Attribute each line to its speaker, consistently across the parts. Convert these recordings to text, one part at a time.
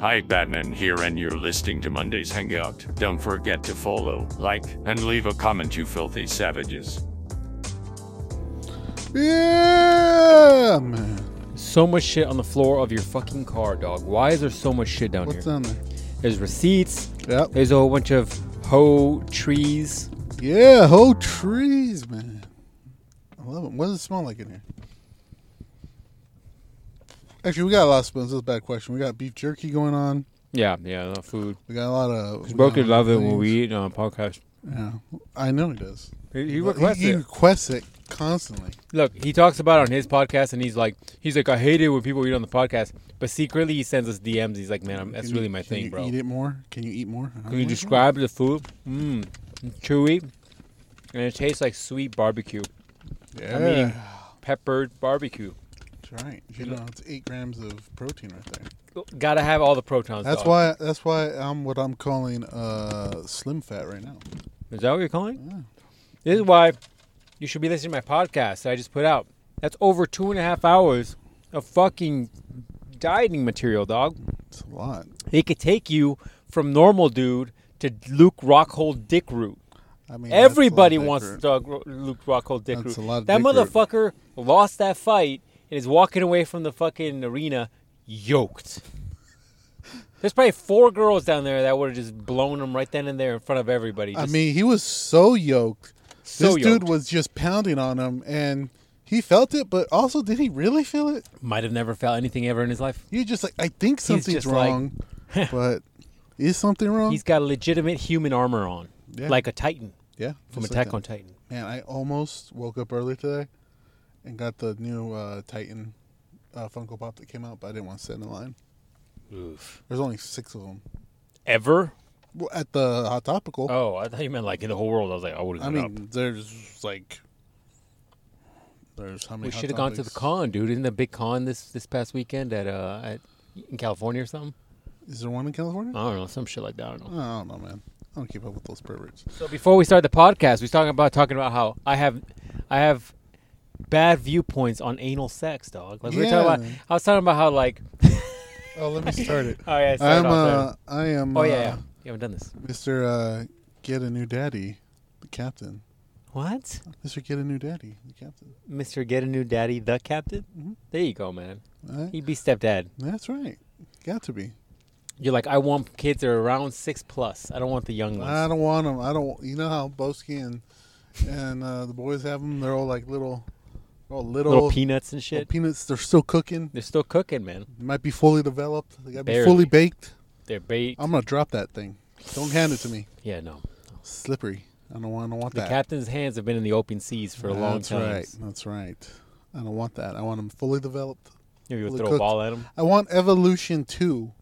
Speaker 1: Hi, Batman here, and you're listening to Monday's Hangout. Don't forget to follow, like, and leave a comment, you filthy savages.
Speaker 2: Yeah, man.
Speaker 3: So much shit on the floor of your fucking car, dog. Why is there so much shit down
Speaker 2: What's
Speaker 3: here?
Speaker 2: down there?
Speaker 3: There's receipts.
Speaker 2: Yep.
Speaker 3: There's a whole bunch of hoe trees.
Speaker 2: Yeah, whole trees, man. I love it. What does it smell like in here? Actually, we got a lot of spoons. That's a bad question. We got beef jerky going on.
Speaker 3: Yeah, yeah, no food.
Speaker 2: We got a lot of. we
Speaker 3: Broke
Speaker 2: got a
Speaker 3: would
Speaker 2: lot
Speaker 3: love
Speaker 2: of
Speaker 3: it when
Speaker 2: things.
Speaker 3: we eat on a podcast.
Speaker 2: Yeah, I know he does.
Speaker 3: He,
Speaker 2: He
Speaker 3: requests
Speaker 2: he
Speaker 3: it.
Speaker 2: requests it constantly.
Speaker 3: Look, he talks about it on his podcast, and he's like, he's like, I hate it when people eat on the podcast, but secretly he sends us DMs. He's like, man, I'm, that's
Speaker 2: Can you-
Speaker 3: really my
Speaker 2: can
Speaker 3: thing,
Speaker 2: you
Speaker 3: bro.
Speaker 2: Eat it more? Can you eat more?
Speaker 3: Can you describe the food? Mmm, chewy, and it tastes like sweet barbecue,
Speaker 2: Yeah,
Speaker 3: I'm eating- peppered barbecue.
Speaker 2: that's right. You know, it's eight grams of protein right there.
Speaker 3: Gotta have all the protons.
Speaker 2: That's
Speaker 3: dog.
Speaker 2: why. That's why I'm what I'm calling uh, slim fat right now.
Speaker 3: Is that what you're calling? This is why you should be listening to my podcast that I just put out. That's over two and a half hours of fucking dieting material, dog.
Speaker 2: It's a lot.
Speaker 3: It could take you from normal dude to Luke Rockhold Dick Root.
Speaker 2: I mean,
Speaker 3: Everybody
Speaker 2: that's a lot
Speaker 3: wants
Speaker 2: different.
Speaker 3: Doug Ro- Luke Rockhold Dick
Speaker 2: That's
Speaker 3: Root.
Speaker 2: a lot of
Speaker 3: that
Speaker 2: Dick Root.
Speaker 3: motherfucker lost that fight and is walking away from the fucking arena yoked. There's probably four girls down there that would have just blown him right then and there in front of everybody.
Speaker 2: I
Speaker 3: Just
Speaker 2: mean, he was so yoked.
Speaker 3: so
Speaker 2: this
Speaker 3: yoked.
Speaker 2: dude was just pounding on him, and he felt it. But also, did he really feel it?
Speaker 3: might have never felt anything ever in his life.
Speaker 2: You're just like, I think something's
Speaker 3: just like,
Speaker 2: wrong, but is something wrong?
Speaker 3: He's got a legitimate human armor on,
Speaker 2: Yeah.
Speaker 3: like a Titan
Speaker 2: yeah,
Speaker 3: from
Speaker 2: just like
Speaker 3: Attack
Speaker 2: that.
Speaker 3: on Titan.
Speaker 2: Man, I almost woke up early today and got the new uh, Titan uh, Funko Pop that came out, but I didn't want to sit in the line.
Speaker 3: Oof.
Speaker 2: There's only six of them
Speaker 3: Ever?
Speaker 2: well, at the Hot Topical.
Speaker 3: Oh, I thought you meant like in the whole world. I was like, I would
Speaker 2: I
Speaker 3: have gone
Speaker 2: mean, there's like there's how many?
Speaker 3: We
Speaker 2: Hot
Speaker 3: should have gone to the
Speaker 2: Topics?
Speaker 3: con, dude. Isn't the big con this this past weekend at uh at, in California or something?
Speaker 2: Is there one in California?
Speaker 3: I don't know, some shit like that. I don't know.
Speaker 2: I don't know, man. I don't keep up with those perverts.
Speaker 3: So before we start the podcast, we was talking about talking about how I have I have bad viewpoints on anal sex, dog. Like we were talking about,
Speaker 2: Yeah.
Speaker 3: I was talking about how like
Speaker 2: Oh, let me start it.
Speaker 3: oh yeah,
Speaker 2: I'm
Speaker 3: start off there.
Speaker 2: uh, I am.
Speaker 3: oh
Speaker 2: uh,
Speaker 3: yeah, yeah, you haven't done this.
Speaker 2: Mr. Uh, get a new daddy, the captain.
Speaker 3: What,
Speaker 2: Mr. Get a new daddy, the captain.
Speaker 3: Mister? Get a new daddy, the captain.
Speaker 2: Mhm.
Speaker 3: There you go, man.
Speaker 2: All right?
Speaker 3: He'd be stepdad.
Speaker 2: Eh? That's right. Got to be.
Speaker 3: You're like, I want kids that are around six plus. I don't want the young ones.
Speaker 2: I don't want them. I don't. You know how Boski and and uh, the boys have them. They're all like little, all little,
Speaker 3: Little peanuts and
Speaker 2: little
Speaker 3: shit.
Speaker 2: peanuts. They're still cooking.
Speaker 3: They're still cooking, man.
Speaker 2: They might be fully developed. They got to be
Speaker 3: Barely.
Speaker 2: fully baked.
Speaker 3: They're bait.
Speaker 2: I'm gonna drop that thing. Don't hand it to me.
Speaker 3: yeah, no.
Speaker 2: Slippery. I don't want. I don't want
Speaker 3: The
Speaker 2: that.
Speaker 3: captain's hands have been in the open seas for a long
Speaker 2: That's
Speaker 3: time.
Speaker 2: right. That's right. I don't want that. I want them fully developed.
Speaker 3: Maybe
Speaker 2: Fully
Speaker 3: we'll throw
Speaker 2: cooked.
Speaker 3: a ball at them.
Speaker 2: I want Evolution Two.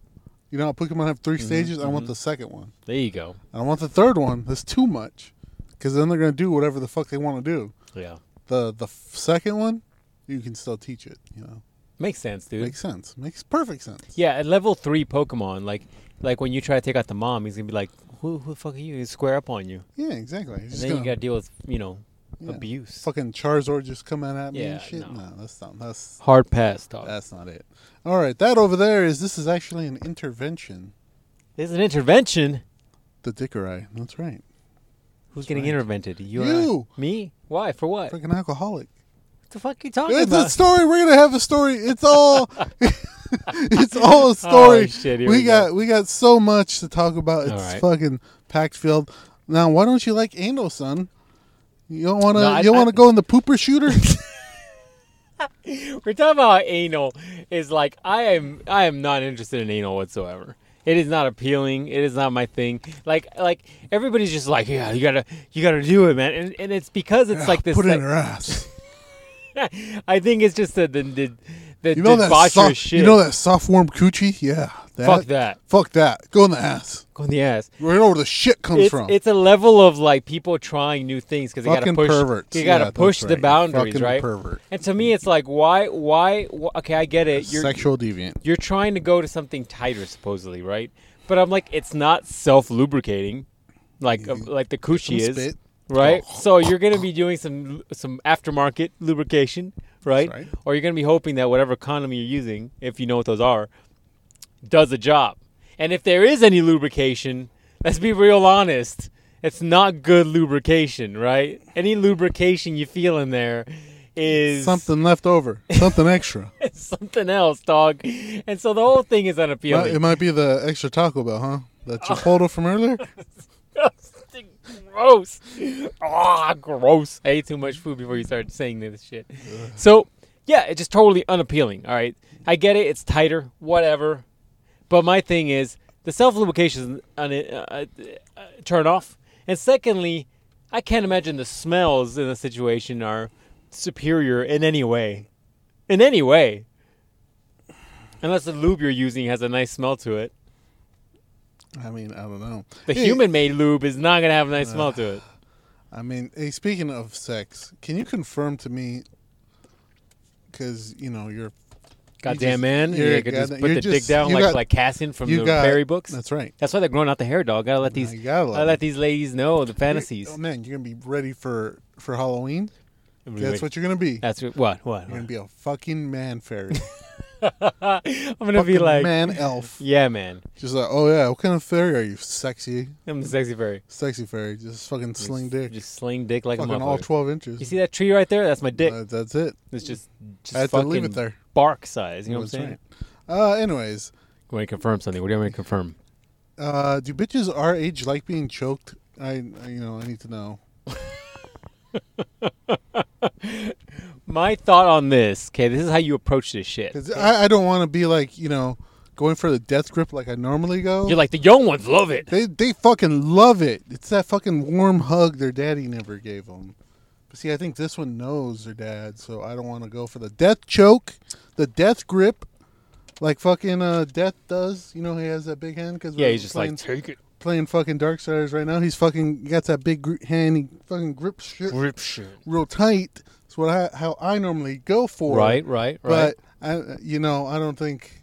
Speaker 2: You know, how Pokemon have
Speaker 3: Mm-hmm,
Speaker 2: 3 stages. I want the second one.
Speaker 3: There you go.
Speaker 2: I don't want the third one. That's too much. Because then they're gonna do whatever the fuck they want to do.
Speaker 3: Yeah.
Speaker 2: the the f- second one you can still teach it you know
Speaker 3: Makes sense, dude.
Speaker 2: makes sense makes perfect sense
Speaker 3: yeah, at level three Pokemon, like like when you try to take out the mom, he's gonna be like, Who who the fuck are you? He's square up on you.
Speaker 2: yeah exactly It's
Speaker 3: And
Speaker 2: just
Speaker 3: then you
Speaker 2: gonna-
Speaker 3: gotta deal with, you know,
Speaker 2: yeah.
Speaker 3: abuse.
Speaker 2: fucking charizard just coming at me
Speaker 3: Yeah,
Speaker 2: and shit
Speaker 3: no.
Speaker 2: no. that's not that's
Speaker 3: Hard pass, dog.
Speaker 2: that's not it all right that over there is this is actually an intervention
Speaker 3: There's an intervention.
Speaker 2: the dickerai that's right
Speaker 3: Who's getting
Speaker 2: right.
Speaker 3: intervented? You,
Speaker 2: You!
Speaker 3: And I? Me? Why? For what?
Speaker 2: freaking alcoholic
Speaker 3: what the fuck are you talking
Speaker 2: it's
Speaker 3: about?
Speaker 2: a story we're gonna have a story it's all it's all a story
Speaker 3: Oh, shit,
Speaker 2: we,
Speaker 3: here we go.
Speaker 2: got we got so much to talk about it's
Speaker 3: All right.
Speaker 2: fucking packed field now why don't you like anal son you don't want to
Speaker 3: No, I-
Speaker 2: you don't
Speaker 3: I-
Speaker 2: want to go in the pooper shooter
Speaker 3: We're talking about anal is like I am I am not interested in anal whatsoever. It is not appealing. It is not my thing. Like like everybody's just like yeah you gotta you gotta do it man and, and it's because it's like this.
Speaker 2: put it in
Speaker 3: like-
Speaker 2: her ass
Speaker 3: I think it's just the the the, the
Speaker 2: you know that
Speaker 3: debaucherous
Speaker 2: soft,
Speaker 3: shit.
Speaker 2: you know that soft warm coochie yeah that,
Speaker 3: Fuck that.
Speaker 2: fuck that go in the ass
Speaker 3: Go in the ass.
Speaker 2: right where the shit comes
Speaker 3: It's,
Speaker 2: from
Speaker 3: it's a level of like people trying new things because they gotta
Speaker 2: fucking
Speaker 3: push.
Speaker 2: perverts
Speaker 3: You gotta
Speaker 2: Yeah, that's
Speaker 3: push the
Speaker 2: right.
Speaker 3: boundaries,
Speaker 2: fucking
Speaker 3: right?
Speaker 2: pervert
Speaker 3: And to me, it's like why why, why okay I get it. You're
Speaker 2: sexual deviant
Speaker 3: you're trying to go to something tighter supposedly right but i'm like it's not self lubricating like uh, like the
Speaker 2: Some
Speaker 3: coochie is
Speaker 2: Mm-hmm. spit. Oh.
Speaker 3: right so you're going to be doing some some aftermarket lubrication right,
Speaker 2: right.
Speaker 3: or you're going to be hoping that whatever condom you're using if you know what those are does the job And if there is any lubrication, let's be real honest, it's not good lubrication, right? Any lubrication you feel in there is
Speaker 2: Something left over, something extra.
Speaker 3: it's something else, dog. And so the whole thing is
Speaker 2: Well,
Speaker 3: unappealing.
Speaker 2: it might be the extra Taco Bell, huh? That
Speaker 3: Oh.
Speaker 2: Chipotle from earlier.
Speaker 3: gross. Ah, gross. I ate too much food before you started saying this shit. So, yeah, it's just totally unappealing. All right. I get it. It's tighter, whatever. But my thing is, the self lubrication is an, uh, uh, uh, turn off. And secondly, I can't imagine the smells in the situation are superior in any way. In any way. Unless the lube you're using has a nice smell to it.
Speaker 2: I mean, I don't know.
Speaker 3: The
Speaker 2: Hey,
Speaker 3: human made lube is not going to have a nice smell to it.
Speaker 2: I mean, hey, speaking of sex, can you confirm to me? Because you know you're
Speaker 3: Goddamn
Speaker 2: just-
Speaker 3: man,
Speaker 2: you're
Speaker 3: you could just
Speaker 2: goddamn-
Speaker 3: put
Speaker 2: you're
Speaker 3: the dick
Speaker 2: just-
Speaker 3: down
Speaker 2: you
Speaker 3: like
Speaker 2: got-
Speaker 3: like Cassian from
Speaker 2: you
Speaker 3: the
Speaker 2: got
Speaker 3: Barry books.
Speaker 2: That's right.
Speaker 3: That's why they're growing out the hair, dog. Gotta let these,
Speaker 2: You gotta love
Speaker 3: gotta
Speaker 2: it.
Speaker 3: let these ladies know the fantasies.
Speaker 2: Oh man, you're gonna be ready for for Halloween. That's what you're gonna be.
Speaker 3: That's what. What? What?
Speaker 2: You're gonna be a fucking man fairy.
Speaker 3: I'm gonna be
Speaker 2: Fucking
Speaker 3: like,
Speaker 2: man elf.
Speaker 3: yeah, man.
Speaker 2: Just like, oh yeah, what kind of fairy are you? Sexy,
Speaker 3: I'm the sexy fairy.
Speaker 2: sexy fairy. Just fucking sling
Speaker 3: Just-
Speaker 2: dick.
Speaker 3: Just sling dick like a
Speaker 2: fucking
Speaker 3: motherfucker.
Speaker 2: all twelve
Speaker 3: you
Speaker 2: inches.
Speaker 3: see that tree right there? That's my dick.
Speaker 2: Uh, that's it.
Speaker 3: it's just, just
Speaker 2: I had to
Speaker 3: fucking
Speaker 2: leave it there.
Speaker 3: bark size. You know
Speaker 2: That's
Speaker 3: what I'm saying?
Speaker 2: right. Uh, anyways,
Speaker 3: You want to confirm something? What do you want me to confirm?
Speaker 2: uh, do bitches our age like being choked? I, I- you know, I need to know.
Speaker 3: My thought on this. Okay, this is how you approach this shit.
Speaker 2: 'Cause I, I don't want to be like, you know, going for the death grip like I normally go.
Speaker 3: You're like the young ones love it.
Speaker 2: They they fucking love it. It's that fucking warm hug their daddy never gave them. But see, I think this one knows their dad, so I don't want to go for the death choke, the death grip, like fucking uh, Death does. You know he has that big hand because
Speaker 3: Yeah, he's just like take it,
Speaker 2: playing fucking Darksiders right now. He's fucking he got that big gr- hand. He fucking grips shit
Speaker 3: grip shit.
Speaker 2: real tight. That's what I how I normally go for.
Speaker 3: Right, right, right.
Speaker 2: But I, you know, I don't think,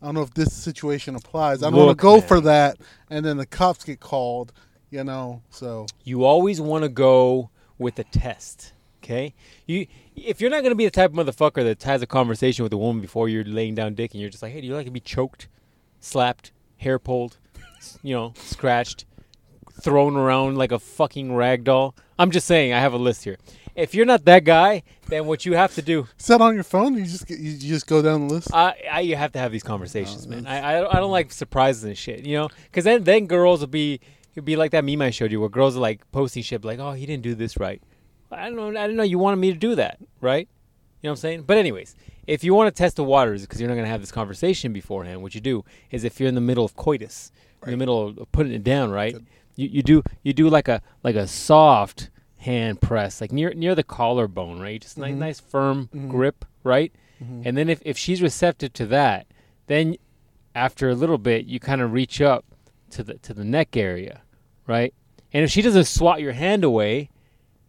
Speaker 2: I don't know if this situation applies. I don't want
Speaker 3: Look,
Speaker 2: to go
Speaker 3: man.
Speaker 2: for that, and then the cops get called. You know, so
Speaker 3: you always want to go with a test. Okay, you if you're not gonna be the type of motherfucker that has a conversation with a woman before you're laying down dick, and you're just like, hey, do you like to be choked, slapped, hair pulled, s- you know, scratched, thrown around like a fucking rag doll? I'm just saying, I have a list here. If you're not that guy, then what you have to do
Speaker 2: is that on your phone? You just get, you just go down the list.
Speaker 3: I, I you have to have these conversations, man. I, I, don't- I don't like surprises and shit, you know, because then then girls will be it'll be like that meme I showed you where girls are like posting shit like, oh, he didn't do this right. I don't know, I didn't know you wanted me to do that, right? You know what I'm saying? But anyways, if you want to test the waters, because you're not gonna have this conversation beforehand, what you do is if you're in the middle of coitus, in the middle of putting it down, right? You, you do you do like a like a soft hand press, like near near the collarbone, right? Just nice nice firm grip, right? And then if, if she's receptive to that, then after a little bit you kind of reach up to the to the neck area, right? And if she doesn't swat your hand away,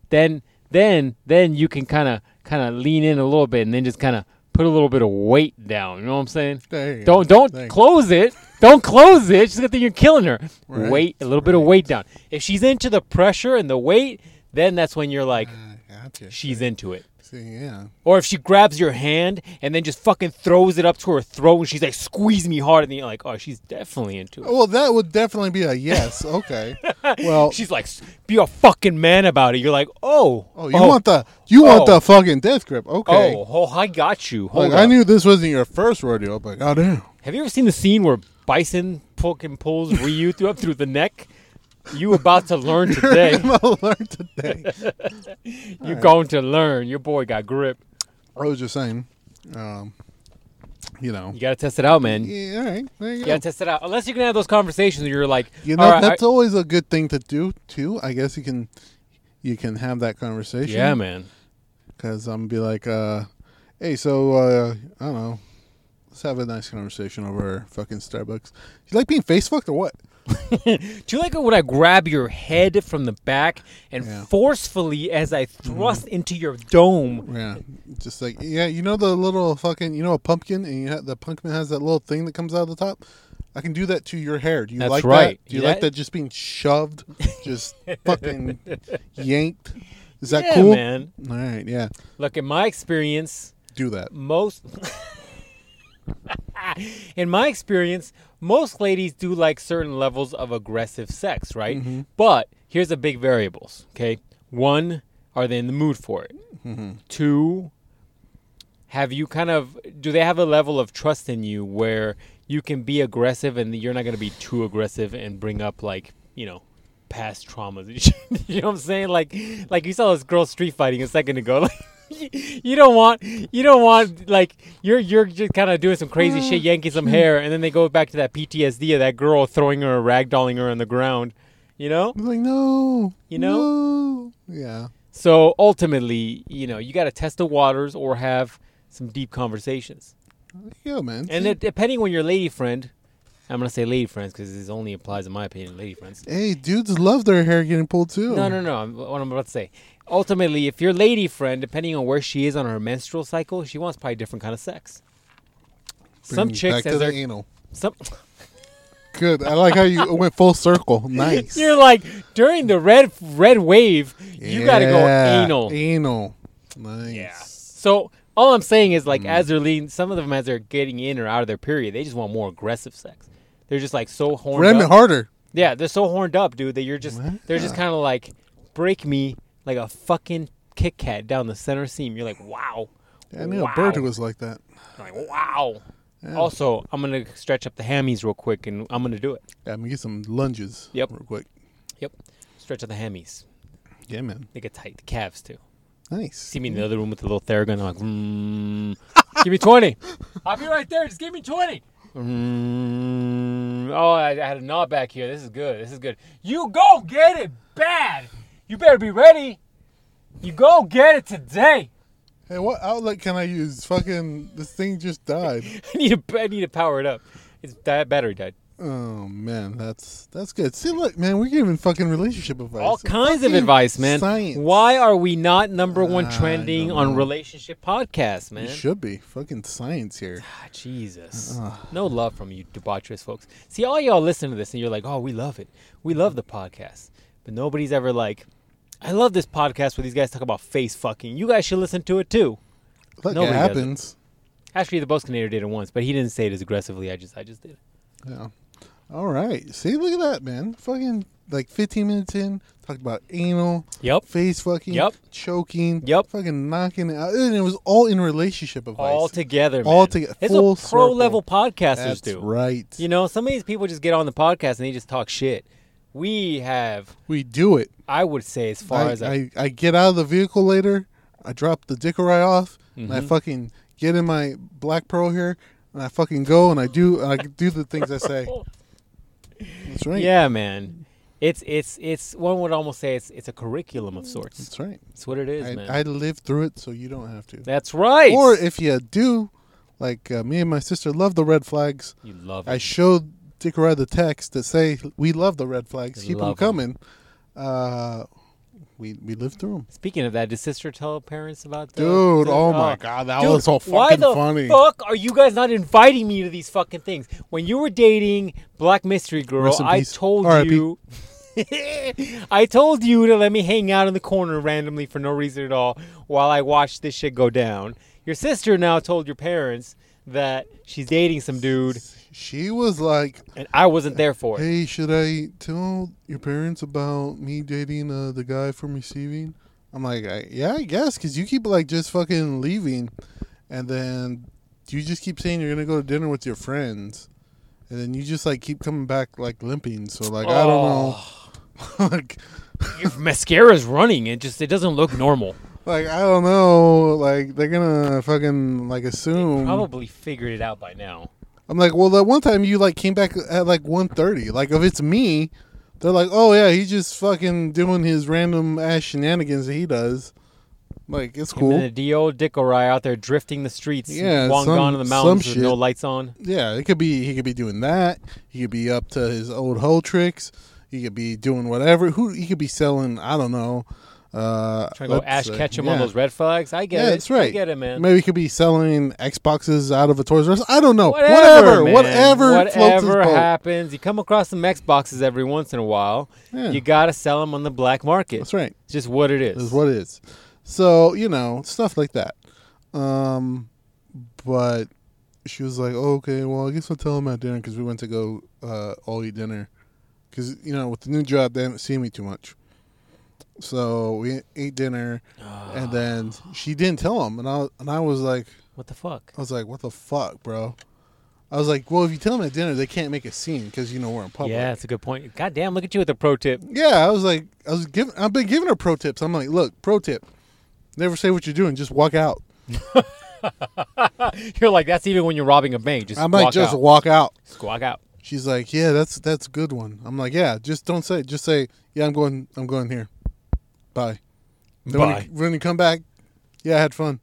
Speaker 3: then then then you can kind of kind of lean in a little bit and then just kind of put a little bit of weight down. You know what I'm saying?
Speaker 2: There you
Speaker 3: Don't
Speaker 2: go.
Speaker 3: don't
Speaker 2: Thank-
Speaker 3: close it. Don't close it. She's gonna think you're killing her.
Speaker 2: Right,
Speaker 3: Weight a little bit of weight down. If she's into the pressure and the weight, then that's when you're like
Speaker 2: I gotcha.
Speaker 3: she's into it.
Speaker 2: See, yeah.
Speaker 3: Or if she grabs your hand and then just fucking throws it up to her throat and she's like, squeeze me hard. And then you're like, oh, she's definitely into it.
Speaker 2: Well, that would definitely be a yes. Okay. Well,
Speaker 3: She's like, "S- be a fucking man about it. You're like, oh.
Speaker 2: oh, you want the you want
Speaker 3: Oh.
Speaker 2: the fucking death grip? Okay.
Speaker 3: Oh, oh, I got you. Hold
Speaker 2: like
Speaker 3: on.
Speaker 2: I knew this wasn't your first rodeo, but goddamn.
Speaker 3: Have you ever seen the scene where Bison fucking pulls Ryu through, up through the neck? You about to learn today.
Speaker 2: I'm gonna learn today.
Speaker 3: You're going to learn. Your boy got grip.
Speaker 2: I was just saying, um, you know.
Speaker 3: You got to test it out, man. You
Speaker 2: Yeah, all right, there you go.
Speaker 3: got to test it out. Unless you're going to have those conversations where you're like,
Speaker 2: You know,
Speaker 3: "All right,
Speaker 2: that's
Speaker 3: I-
Speaker 2: always a good thing to do too. I guess you can, you can have that conversation.
Speaker 3: yeah, man.
Speaker 2: Because I'm gonna be like, uh, hey, so uh, I don't know, let's have a nice conversation over fucking Starbucks. You like being face fucked or what?
Speaker 3: Do you like it when I grab your head from the back and
Speaker 2: Yeah.
Speaker 3: forcefully as I thrust into your dome?
Speaker 2: Yeah, just like yeah, you know the little fucking, you know a pumpkin, and you have, the pumpkin has that little thing that comes out of the top. I can do that to your hair. Do you
Speaker 3: That's
Speaker 2: like
Speaker 3: right.
Speaker 2: that? Do you
Speaker 3: Yeah.
Speaker 2: like that just being shoved, just fucking yanked? Is that
Speaker 3: Yeah,
Speaker 2: cool?
Speaker 3: man.
Speaker 2: All right, yeah,
Speaker 3: Look, in my experience,
Speaker 2: do that.
Speaker 3: most in my experience, most ladies do like certain levels of aggressive sex, right? But here's the big variables, okay? One, are they in the mood for it? Two, have you kind of do they have a level of trust in you where you can be aggressive and you're not going to be too aggressive and bring up like you know past traumas and shit? you know what i'm saying like like you saw this girl street fighting a second ago like you- you don't want you don't want like you're you're just kind of doing some crazy shit yanking some hair and then they go back to that ptsd of that girl throwing her or ragdolling her on the ground you know
Speaker 2: I'm like, no.
Speaker 3: You know?
Speaker 2: no. Yeah.
Speaker 3: so ultimately you know you got to test the waters or have some deep conversations
Speaker 2: Yeah, man.
Speaker 3: And it, depending on your lady friend, I'm gonna say lady friends because this only applies, in my opinion, to lady friends.
Speaker 2: hey, dudes love their hair getting pulled too.
Speaker 3: No, no, no. I'm- What I'm about to say. Ultimately, if your lady friend, depending on where she is on her menstrual cycle, she wants probably different kind of sex. some
Speaker 2: Bring me
Speaker 3: chicks,
Speaker 2: back
Speaker 3: as
Speaker 2: to the
Speaker 3: they're
Speaker 2: anal.
Speaker 3: some,
Speaker 2: Good. I like how you it went full circle. Nice.
Speaker 3: you're like during the red red wave, you gotta go
Speaker 2: Yeah,
Speaker 3: anal.
Speaker 2: Anal. Nice.
Speaker 3: Yeah. So all I'm saying is
Speaker 2: Mm.
Speaker 3: like as they're leading, some of them as they're getting in or out of their period, they just want more aggressive sex. They're just like so horned
Speaker 2: Ram
Speaker 3: up.
Speaker 2: it harder.
Speaker 3: Yeah, they're so horned up, dude, that you're just they're just kind of like break me like a fucking Kit Kat down the center seam. You're like, wow,
Speaker 2: I knew
Speaker 3: wow.
Speaker 2: a bird who was like that.
Speaker 3: I'm like, wow. Also, I'm gonna stretch up the hammies real quick, and I'm gonna do it.
Speaker 2: Yeah, I'm gonna get some lunges.
Speaker 3: Yep.
Speaker 2: Real quick.
Speaker 3: Yep, stretch out the hammies.
Speaker 2: Yeah, man.
Speaker 3: They get tight. The calves too.
Speaker 2: Nice.
Speaker 3: See me in the other room with the little Theragun. I'm like, mm, give me twenty. I'll be right there. Just give me twenty. Mm, oh, I, I had a knot back here. This is good. This is good. You go get it bad. You better be ready. You go get it today.
Speaker 2: Hey, what outlet can I use? Fucking this thing just died.
Speaker 3: I need to. I need to power it up. It's that battery died.
Speaker 2: Oh man, that's that's good. See, look, man, we're giving fucking relationship advice.
Speaker 3: All kinds of
Speaker 2: Fucking
Speaker 3: advice, man.
Speaker 2: Science.
Speaker 3: Why are we not number one
Speaker 2: I
Speaker 3: trending
Speaker 2: don't
Speaker 3: on
Speaker 2: know.
Speaker 3: relationship podcasts, man?
Speaker 2: You should be fucking science here.
Speaker 3: Ah, Jesus. No love from you debaucherous folks. See, all y'all listen to this and you're like, oh, we love it. We love the podcast. But nobody's ever like, I love this podcast where these guys talk about face fucking. You guys should listen to it too.
Speaker 2: Look, it
Speaker 3: Nobody does it.
Speaker 2: happens.
Speaker 3: Actually, the Boscanator did it once, but he didn't say it as aggressively. I just, I just did.
Speaker 2: Yeah. All right. See, look at that, man. Fucking like 15 minutes in, talked about anal,
Speaker 3: Yep.
Speaker 2: face fucking,
Speaker 3: Yep.
Speaker 2: choking,
Speaker 3: Yep.
Speaker 2: fucking knocking it out, and it was all in relationship advice.
Speaker 3: All together, man.
Speaker 2: All together.
Speaker 3: It's
Speaker 2: Full
Speaker 3: what pro level podcasters
Speaker 2: That's
Speaker 3: do.
Speaker 2: right.
Speaker 3: You know, some of these people just get on the podcast and they just talk shit. We have,
Speaker 2: we do it.
Speaker 3: I would say, as far
Speaker 2: I,
Speaker 3: as a-
Speaker 2: I, I get out of the vehicle later. I drop the dicker right off, and I
Speaker 3: Mm-hmm.
Speaker 2: fucking get in my black pearl here, and I fucking go and I do and I do the things I say. That's right.
Speaker 3: Yeah, man. It's it's it's one would almost say it's it's a curriculum of sorts.
Speaker 2: That's right.
Speaker 3: It's what it is, man.
Speaker 2: I, I lived through it, so you don't have to.
Speaker 3: That's right.
Speaker 2: Or if you do, like uh, me and my sister love the red flags.
Speaker 3: you love
Speaker 2: I
Speaker 3: it.
Speaker 2: showed Dick Red the text that say we love the red flags.
Speaker 3: I
Speaker 2: Keep 'em
Speaker 3: love 'em.
Speaker 2: coming. Uh, we we lived through them.
Speaker 3: Speaking of that, did sister tell parents about that?
Speaker 2: Dude, oh my God, that was so
Speaker 3: uh, why
Speaker 2: fucking
Speaker 3: the
Speaker 2: funny.
Speaker 3: fuck are you guys not inviting me to these fucking things? When you were dating Black Mystery Girl,
Speaker 2: Rest in
Speaker 3: I
Speaker 2: peace.
Speaker 3: told
Speaker 2: R.I.P..
Speaker 3: you. I told you to let me hang out in the corner randomly for no reason at all while I watched this shit go down. Your sister now told your parents that she's dating some dude,
Speaker 2: She was like,
Speaker 3: and I wasn't there for it.
Speaker 2: "Hey, should I tell your parents about me dating uh, the guy from receiving?" I'm like, I, "Yeah, I guess," because you keep like just fucking leaving, and then you just keep saying you're gonna go to dinner with your friends, and then you just like keep coming back like limping. So like, I don't know. like,
Speaker 3: Oh, Your mascara's running. It just it doesn't look normal.
Speaker 2: like I don't know. Like they're gonna fucking like assume.
Speaker 3: Probably figured it out by now.
Speaker 2: I'm like, well, that one time you like came back at like 1:30. Like, if it's me, they're like, oh yeah, he's just fucking doing his random ass shenanigans that he does. Like, it's
Speaker 3: Cool. And
Speaker 2: cool.
Speaker 3: then the D.O. Dickorai out there drifting the streets,
Speaker 2: Yeah,
Speaker 3: long
Speaker 2: some-
Speaker 3: gone in the
Speaker 2: some
Speaker 3: mountains with no
Speaker 2: shit.
Speaker 3: lights on.
Speaker 2: Yeah, it could be he could be doing that. He could be up to his old hoe tricks. He could be doing whatever. Who he could be selling? I don't know. Uh,
Speaker 3: Trying to go
Speaker 2: let's
Speaker 3: oh, Ash
Speaker 2: say-
Speaker 3: Ketchum on
Speaker 2: yeah.
Speaker 3: those red flags. I get
Speaker 2: Yeah,
Speaker 3: it.
Speaker 2: that's right.
Speaker 3: I get it, man.
Speaker 2: Maybe he could be selling Xboxes out of a Toys R Us. I don't know. Whatever,
Speaker 3: Whatever, man.
Speaker 2: whatever, floats his
Speaker 3: Whatever
Speaker 2: boat.
Speaker 3: happens, you come across some Xboxes every once in a while.
Speaker 2: Yeah.
Speaker 3: You gotta sell them on the black market.
Speaker 2: That's right.
Speaker 3: It's just what it is.
Speaker 2: is what it is. So you know stuff like that. Um, but she was like, oh, okay, well, I guess I'll tell him at dinner because we went to go uh, all eat dinner. Because, you know, with the new job, they haven't seen me too much. So we ate dinner, and then she didn't tell him, and I and I was like,
Speaker 3: What the fuck?
Speaker 2: I was like, what the fuck, bro? I was like, well, if you tell them at dinner, they can't make a scene because you know we're in public.
Speaker 3: Yeah, that's a good point. God damn, look at you with a pro tip.
Speaker 2: Yeah, I was like, I was giving, I've been giving her pro tips. I'm like, look, pro tip, never say what you're doing, just walk out.
Speaker 3: You're like, that's even when you're robbing a bank. Just
Speaker 2: I might
Speaker 3: walk
Speaker 2: just
Speaker 3: out.
Speaker 2: walk out.
Speaker 3: squawk out.
Speaker 2: She's like, yeah, that's that's a good one. I'm like, yeah, just don't say, it. just say, yeah, I'm going, I'm going here. Bye. Then when you-
Speaker 3: Bye.
Speaker 2: When you, come back, yeah, I had fun.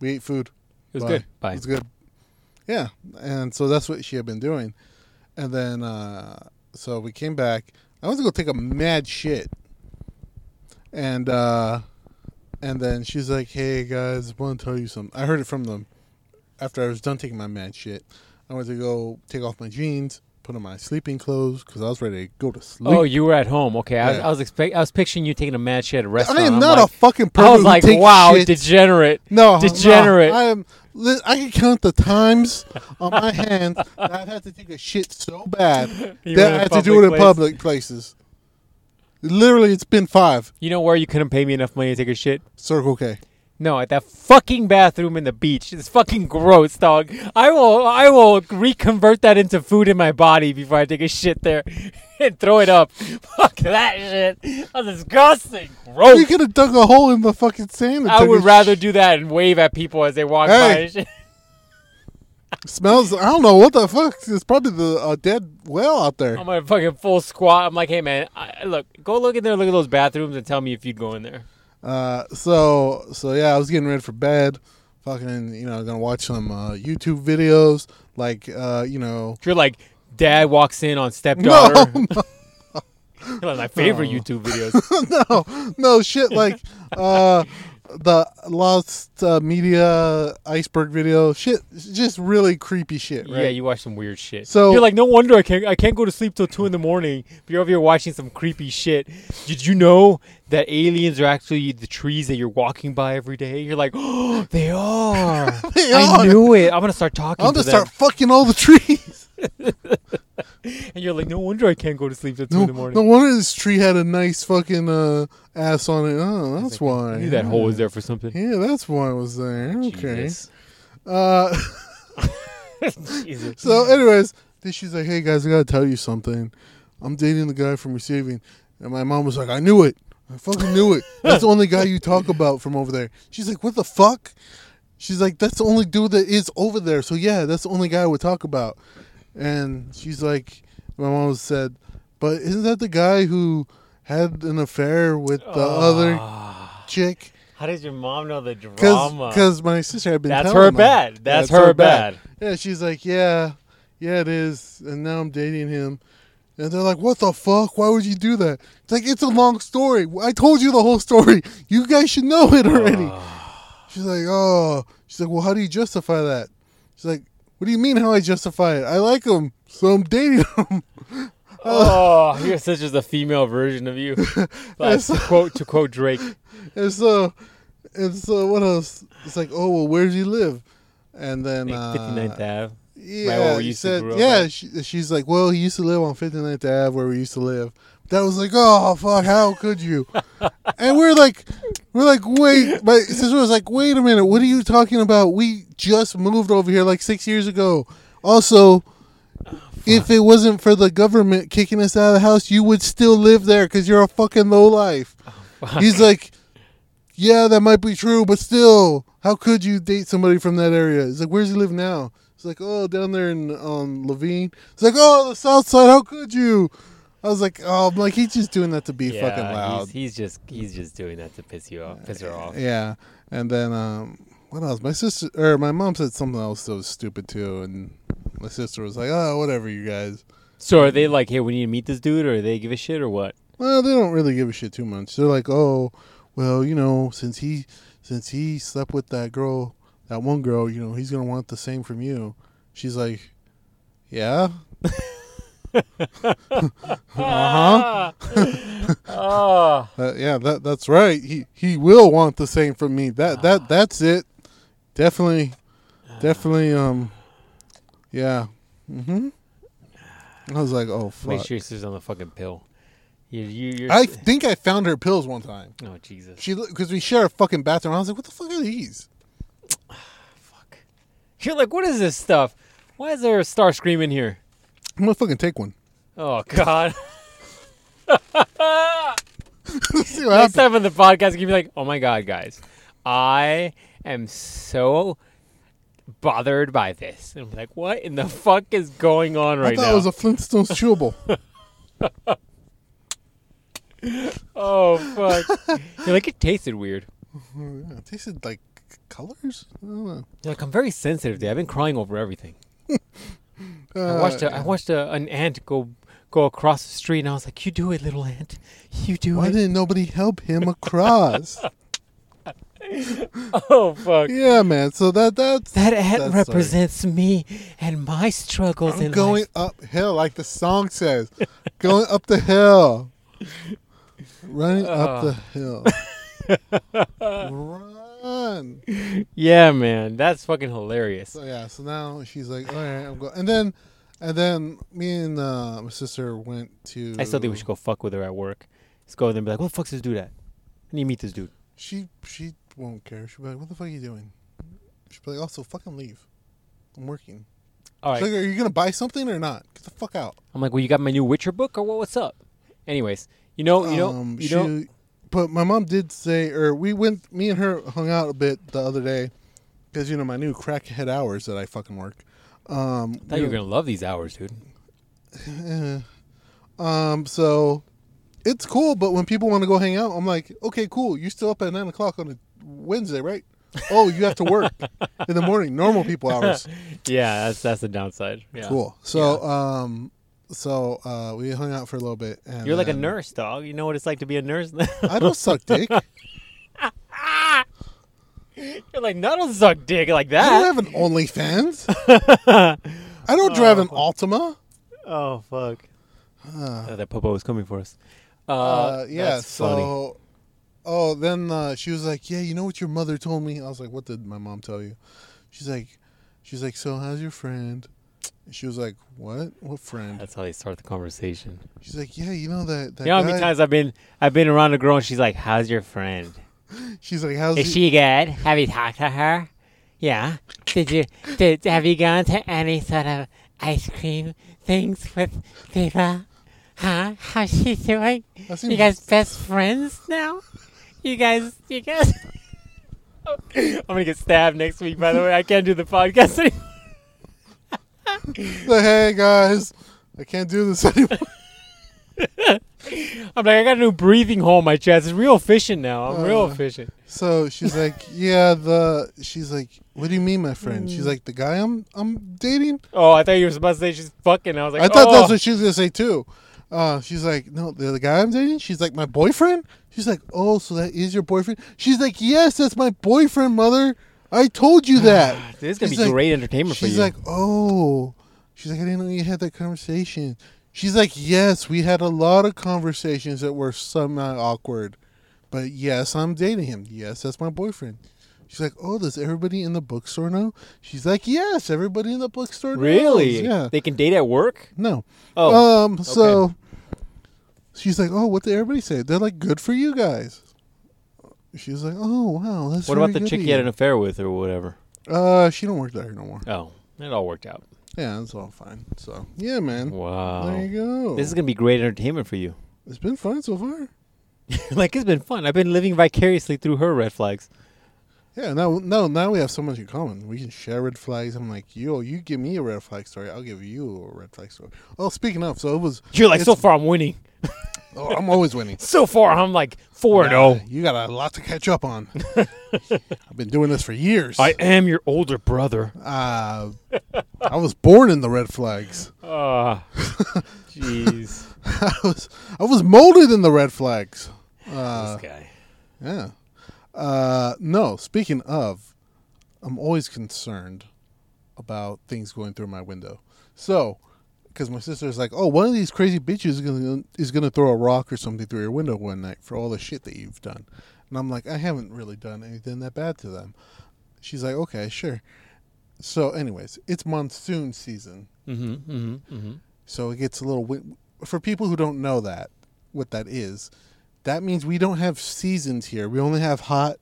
Speaker 2: We ate food.
Speaker 3: It was
Speaker 2: Bye.
Speaker 3: good. Bye.
Speaker 2: It was good. Yeah, and so that's what she had been doing, and then uh, so we came back. I went to go take a mad shit, and uh, and then she's like, "Hey guys, I want to tell you something." I heard it from them after I was done taking my mad shit. I went to go take off my jeans, put on my sleeping clothes because I was ready to go to sleep.
Speaker 3: Oh, you were at home. Okay, I was,
Speaker 2: Yeah.
Speaker 3: I was expect, I was picturing you taking a mad shit at a restaurant.
Speaker 2: I am
Speaker 3: I'm
Speaker 2: not
Speaker 3: like,
Speaker 2: a fucking
Speaker 3: I
Speaker 2: person.
Speaker 3: was like,
Speaker 2: who takes
Speaker 3: wow,
Speaker 2: shit.
Speaker 3: degenerate.
Speaker 2: No,
Speaker 3: Degenerate.
Speaker 2: no, I am. li- I can count the times on my hands that I've had to take a shit so bad
Speaker 3: You
Speaker 2: that I
Speaker 3: were in a
Speaker 2: had to do it
Speaker 3: public
Speaker 2: in
Speaker 3: place.
Speaker 2: public places. Literally, it's been five.
Speaker 3: You know where you couldn't pay me enough money to take a shit?
Speaker 2: Circle K.
Speaker 3: No, at that fucking bathroom in the beach. It's fucking gross, dog. I will, I will reconvert that into food in my body before I take a shit there and throw it up. Fuck that shit. That's disgusting.
Speaker 2: You
Speaker 3: Gross.
Speaker 2: could have dug a hole in the fucking sand. and
Speaker 3: Oh. I
Speaker 2: took
Speaker 3: would
Speaker 2: a
Speaker 3: rather
Speaker 2: sh-
Speaker 3: do that and wave at people as they walk by.
Speaker 2: Hey.
Speaker 3: and shit.
Speaker 2: Smells. I don't know what the fuck. It's probably the uh, dead whale out there.
Speaker 3: I'm gonna fucking full squat. I'm like, hey man, I, look, go look in there, look at those bathrooms, and tell me if you'd go in there.
Speaker 2: Uh, so so yeah, I was getting ready for bed. Fucking, you know, gonna watch some uh, YouTube videos like, uh, you know,
Speaker 3: If you're like, dad walks in on stepdaughter. One of my favorite
Speaker 2: No.
Speaker 3: YouTube videos.
Speaker 2: no, no shit like uh the lost uh, media iceberg video shit just really creepy shit right
Speaker 3: Yeah, you watch some weird shit.
Speaker 2: So-
Speaker 3: you're like, no wonder I can't I can't go to sleep till two in the morning. But you're over here watching some creepy shit. Did you know that aliens are actually the trees that you're walking by every day? You're like, oh, they are.
Speaker 2: They
Speaker 3: I
Speaker 2: are.
Speaker 3: knew it. I'm gonna start talking.
Speaker 2: i'll
Speaker 3: to
Speaker 2: just
Speaker 3: them.
Speaker 2: start fucking all the trees
Speaker 3: And you're like, no wonder I can't go to sleep till two
Speaker 2: no,
Speaker 3: in the morning.
Speaker 2: no wonder this tree had a nice fucking uh ass on it oh that's why
Speaker 3: I knew that hole was there for something.
Speaker 2: yeah that's why it was there okay
Speaker 3: Jesus.
Speaker 2: uh
Speaker 3: Jesus.
Speaker 2: So, anyways, then she's like, "Hey guys, I gotta tell you something. I'm dating the guy from receiving." And my mom was like, "I knew it. I fucking knew it. That's the only guy you talk about from over there." She's like, "What the fuck?" She's like, "That's the only dude that is over there." So yeah, that's the only guy I would talk about. And she's like, "My mom said, but isn't that the guy who had an affair with the other chick?"
Speaker 3: How does your mom know the drama?
Speaker 2: Because my sister had been
Speaker 3: That's
Speaker 2: telling
Speaker 3: her
Speaker 2: me.
Speaker 3: bad. That's her
Speaker 2: Yeah, she's like, yeah, yeah, it is. And now I'm dating him. And they're like, what the fuck? Why would you do that? It's like, it's a long story. I told you the whole story. You guys should know it already. She's like, oh. She's like, well, how do you justify that? She's like, what do you mean how I justify it? I like him, so I'm dating him.
Speaker 3: oh, you're such as a female version of you. Like, to quote to quote Drake,
Speaker 2: And so, and so, what else? It's like, oh, well, where does he live? And then,
Speaker 3: like
Speaker 2: uh,
Speaker 3: 59th Ave.
Speaker 2: Yeah,
Speaker 3: where we
Speaker 2: he
Speaker 3: used to
Speaker 2: said,
Speaker 3: grow up
Speaker 2: yeah.
Speaker 3: at.
Speaker 2: She, she's like, well, he used to live on 59th Ave where we used to live. That was like, oh fuck, how could you? and we're like, we're like, wait, my sister was like, wait a minute, what are you talking about? We just moved over here like six years ago. Also, if it wasn't for the government kicking us out of the house, you would still live there because you're a fucking low life. He's like, yeah, that might be true, but still, how could you date somebody from that area? He's like, where's he live now? It's like, oh, down there in um, Levine. It's like, oh, the South Side. How could you? I was like, oh, I'm like he's just doing that to be
Speaker 3: yeah,
Speaker 2: fucking loud.
Speaker 3: He's, he's just he's just doing that to piss you off, piss her off.
Speaker 2: Yeah, and then um, what else? My sister or my mom said something else that was stupid too, and my sister was like, oh, whatever, you guys.
Speaker 3: So are they like, hey, we need to meet this dude, or they give a shit, or what?
Speaker 2: Well, they don't really give a shit too much. They're like, oh, well, you know, since he since he slept with that girl, that one girl, you know, he's gonna want the same from you. She's like, yeah.
Speaker 3: Uh-huh. oh,
Speaker 2: Uh, yeah, that that's right. He he will want the same from me. That that that's it. Definitely, definitely. Um, Yeah. Mm-hmm. I was like, oh
Speaker 3: Make
Speaker 2: fuck.
Speaker 3: sure your sister's on the fucking pill. You, you, you're,
Speaker 2: I think I found her pills one time.
Speaker 3: oh Jesus,
Speaker 2: She because we share a fucking bathroom. I was like, what the fuck are these?
Speaker 3: fuck. You're like, what is this stuff? Why is there a star scream in here?
Speaker 2: I'm gonna fucking take one.
Speaker 3: Oh God.
Speaker 2: See what
Speaker 3: Next
Speaker 2: happens.
Speaker 3: time on the podcast, you be like, "Oh my god, guys, I am so bothered by this." And I'm like, "What in the fuck is going on
Speaker 2: I
Speaker 3: right
Speaker 2: thought
Speaker 3: now?"
Speaker 2: it was a Flintstones chewable.
Speaker 3: oh fuck! You're like, it tasted weird.
Speaker 2: Yeah, it tasted like colors. I don't know.
Speaker 3: You're like, I'm very sensitive today. I've been crying over everything. I
Speaker 2: Uh,
Speaker 3: watched a, I watched a, an ant go go across the street, and I was like, "You do it, little ant. You do
Speaker 2: Why
Speaker 3: it."
Speaker 2: didn't nobody help him across?
Speaker 3: oh fuck!
Speaker 2: yeah, man. So that that's
Speaker 3: That ant
Speaker 2: That's
Speaker 3: represents me and my struggles
Speaker 2: I'm
Speaker 3: in
Speaker 2: going
Speaker 3: life.
Speaker 2: uphill, like the song says. going up the hill. Running up the hill.
Speaker 3: Uh.
Speaker 2: Run.
Speaker 3: Yeah, man, that's fucking hilarious.
Speaker 2: So yeah, so now she's like, all right, I'm going. And then, and then me and uh, my sister went to.
Speaker 3: I still think we should go fuck with her at work. Let's go there and be like, what the fuck's this dude at? I need to meet this dude.
Speaker 2: She she won't care. She'll be like, what the fuck are you doing? She'll be like, also fucking leave. I'm working.
Speaker 3: All
Speaker 2: She's
Speaker 3: right.
Speaker 2: like, are you gonna buy something or not? Get the fuck out.
Speaker 3: I'm like, well, you got my new Witcher book or what? What's up? Anyways, you know, you know,
Speaker 2: Um,
Speaker 3: you
Speaker 2: she-
Speaker 3: know.
Speaker 2: But my mom did say, or we went, me and her hung out a bit the other day, because you know my new crackhead hours that I fucking work. Um,
Speaker 3: I thought you were gonna love these hours, dude.
Speaker 2: um, so it's cool. But when people want to go hang out, I'm like, okay, cool. You're still up at nine o'clock on a Wednesday, right? Oh, you have to work in the morning. Normal people hours.
Speaker 3: Yeah, that's that's the downside. Yeah.
Speaker 2: Cool. So, um, so uh, we hung out for a little bit. And
Speaker 3: You're like a
Speaker 2: then-
Speaker 3: nurse, dog. You know what it's like to be a nurse.
Speaker 2: I don't suck dick. I
Speaker 3: You're like, no, I don't suck dick like
Speaker 2: don't
Speaker 3: that.
Speaker 2: have an OnlyFans. I don't drive an Altima.
Speaker 3: Oh fuck. Uh, that popo was coming for us. Uh,
Speaker 2: uh, yeah.
Speaker 3: that's
Speaker 2: so,
Speaker 3: funny.
Speaker 2: oh, then uh, she was like, "Yeah, you know what your mother told me." I was like, "What did my mom tell you?" She's like, "She's like, so how's your friend?" And she was like, "What? What friend?"
Speaker 3: That's how they start the conversation.
Speaker 2: She's like, "Yeah, you know that that
Speaker 3: You know how
Speaker 2: guy."
Speaker 3: many times I've been I've been around a girl and she's like, "How's your friend?"
Speaker 2: She's like, "How's
Speaker 3: Is
Speaker 2: he-
Speaker 3: she good? Have you talked to her? Yeah. Did you did have you gone to any sort of ice cream things with Viva? Huh? How's she doing?
Speaker 2: That seems-
Speaker 3: You guys best friends now? You guys you guys I'm gonna get stabbed next week by the way. I can't do the podcast anymore.
Speaker 2: Like, hey guys, I can't do this anymore."
Speaker 3: I'm like I got a new breathing hole in my chest. It's real efficient now. I'm real
Speaker 2: Uh.
Speaker 3: efficient.
Speaker 2: so she's like, "Yeah, the." She's like, "What do you mean, my friend?" She's
Speaker 3: Hmm.
Speaker 2: like, "The guy I'm I'm dating."
Speaker 3: Oh, I thought you were supposed to say she's fucking. I was like,
Speaker 2: I thought
Speaker 3: oh.
Speaker 2: that's what she was gonna say too. Uh, she's like, no, the, the guy I'm dating. She's like, my boyfriend. She's like, oh, so that is your boyfriend? She's like, yes, that's my boyfriend, mother. I told you that.
Speaker 3: This is gonna
Speaker 2: She's
Speaker 3: be
Speaker 2: like-
Speaker 3: great entertainment for you.
Speaker 2: She's like, oh. She's like, I didn't know you had that conversation. She's like, yes, we had a lot of conversations that were somehow awkward, but yes, I'm dating him. Yes, that's my boyfriend. She's like, oh, does everybody in the bookstore know? She's like, yes, everybody in the bookstore knows.
Speaker 3: Really?
Speaker 2: Yeah.
Speaker 3: They can date at work?
Speaker 2: No.
Speaker 3: Oh,
Speaker 2: Um. So she's like, "Oh, what did everybody say? They're like, good for you guys." She's like, "Oh, wow, that's
Speaker 3: What about
Speaker 2: very
Speaker 3: the
Speaker 2: good
Speaker 3: chick
Speaker 2: of
Speaker 3: you had an affair with or whatever?
Speaker 2: Uh, she don't work there no more.
Speaker 3: Oh, it all worked out.
Speaker 2: Yeah, that's all fine. So yeah, man. There
Speaker 3: Wow.
Speaker 2: you go.
Speaker 3: This is going to be great entertainment for you.
Speaker 2: it's been fun so far.
Speaker 3: like, it's been fun. I've been living vicariously through her red flags.
Speaker 2: Yeah. Now, no, now we have so much in common. We can share red flags. I'm like, yo, you give me a red flag story, I'll give you a red flag story. Oh, speaking of, so it was.
Speaker 3: You're like,
Speaker 2: it's-
Speaker 3: so far I'm winning.
Speaker 2: Oh, I'm always winning.
Speaker 3: So far I'm like oh. 4
Speaker 2: Nah,
Speaker 3: 0.
Speaker 2: you got a lot to catch up on. I've been doing this for years.
Speaker 3: I am your older brother.
Speaker 2: Uh, I was born in the red flags.
Speaker 3: Ah. Jeez.
Speaker 2: I was I was molded in the red flags. Uh,
Speaker 3: this guy.
Speaker 2: Yeah. Uh, no. Speaking of, I'm always concerned about things going through my window. So, because my sister's like, "Oh, one of these crazy bitches is gonna is gonna throw a rock or something through your window one night for all the shit that you've done," and I'm like, "I haven't really done anything that bad to them." She's like, "Okay, sure." So, anyways, it's monsoon season.
Speaker 3: Mm-hmm. Mm-hmm. Mm-hmm.
Speaker 2: So it gets a little win- for people who don't know that what that is. That means we don't have seasons here. We only have hot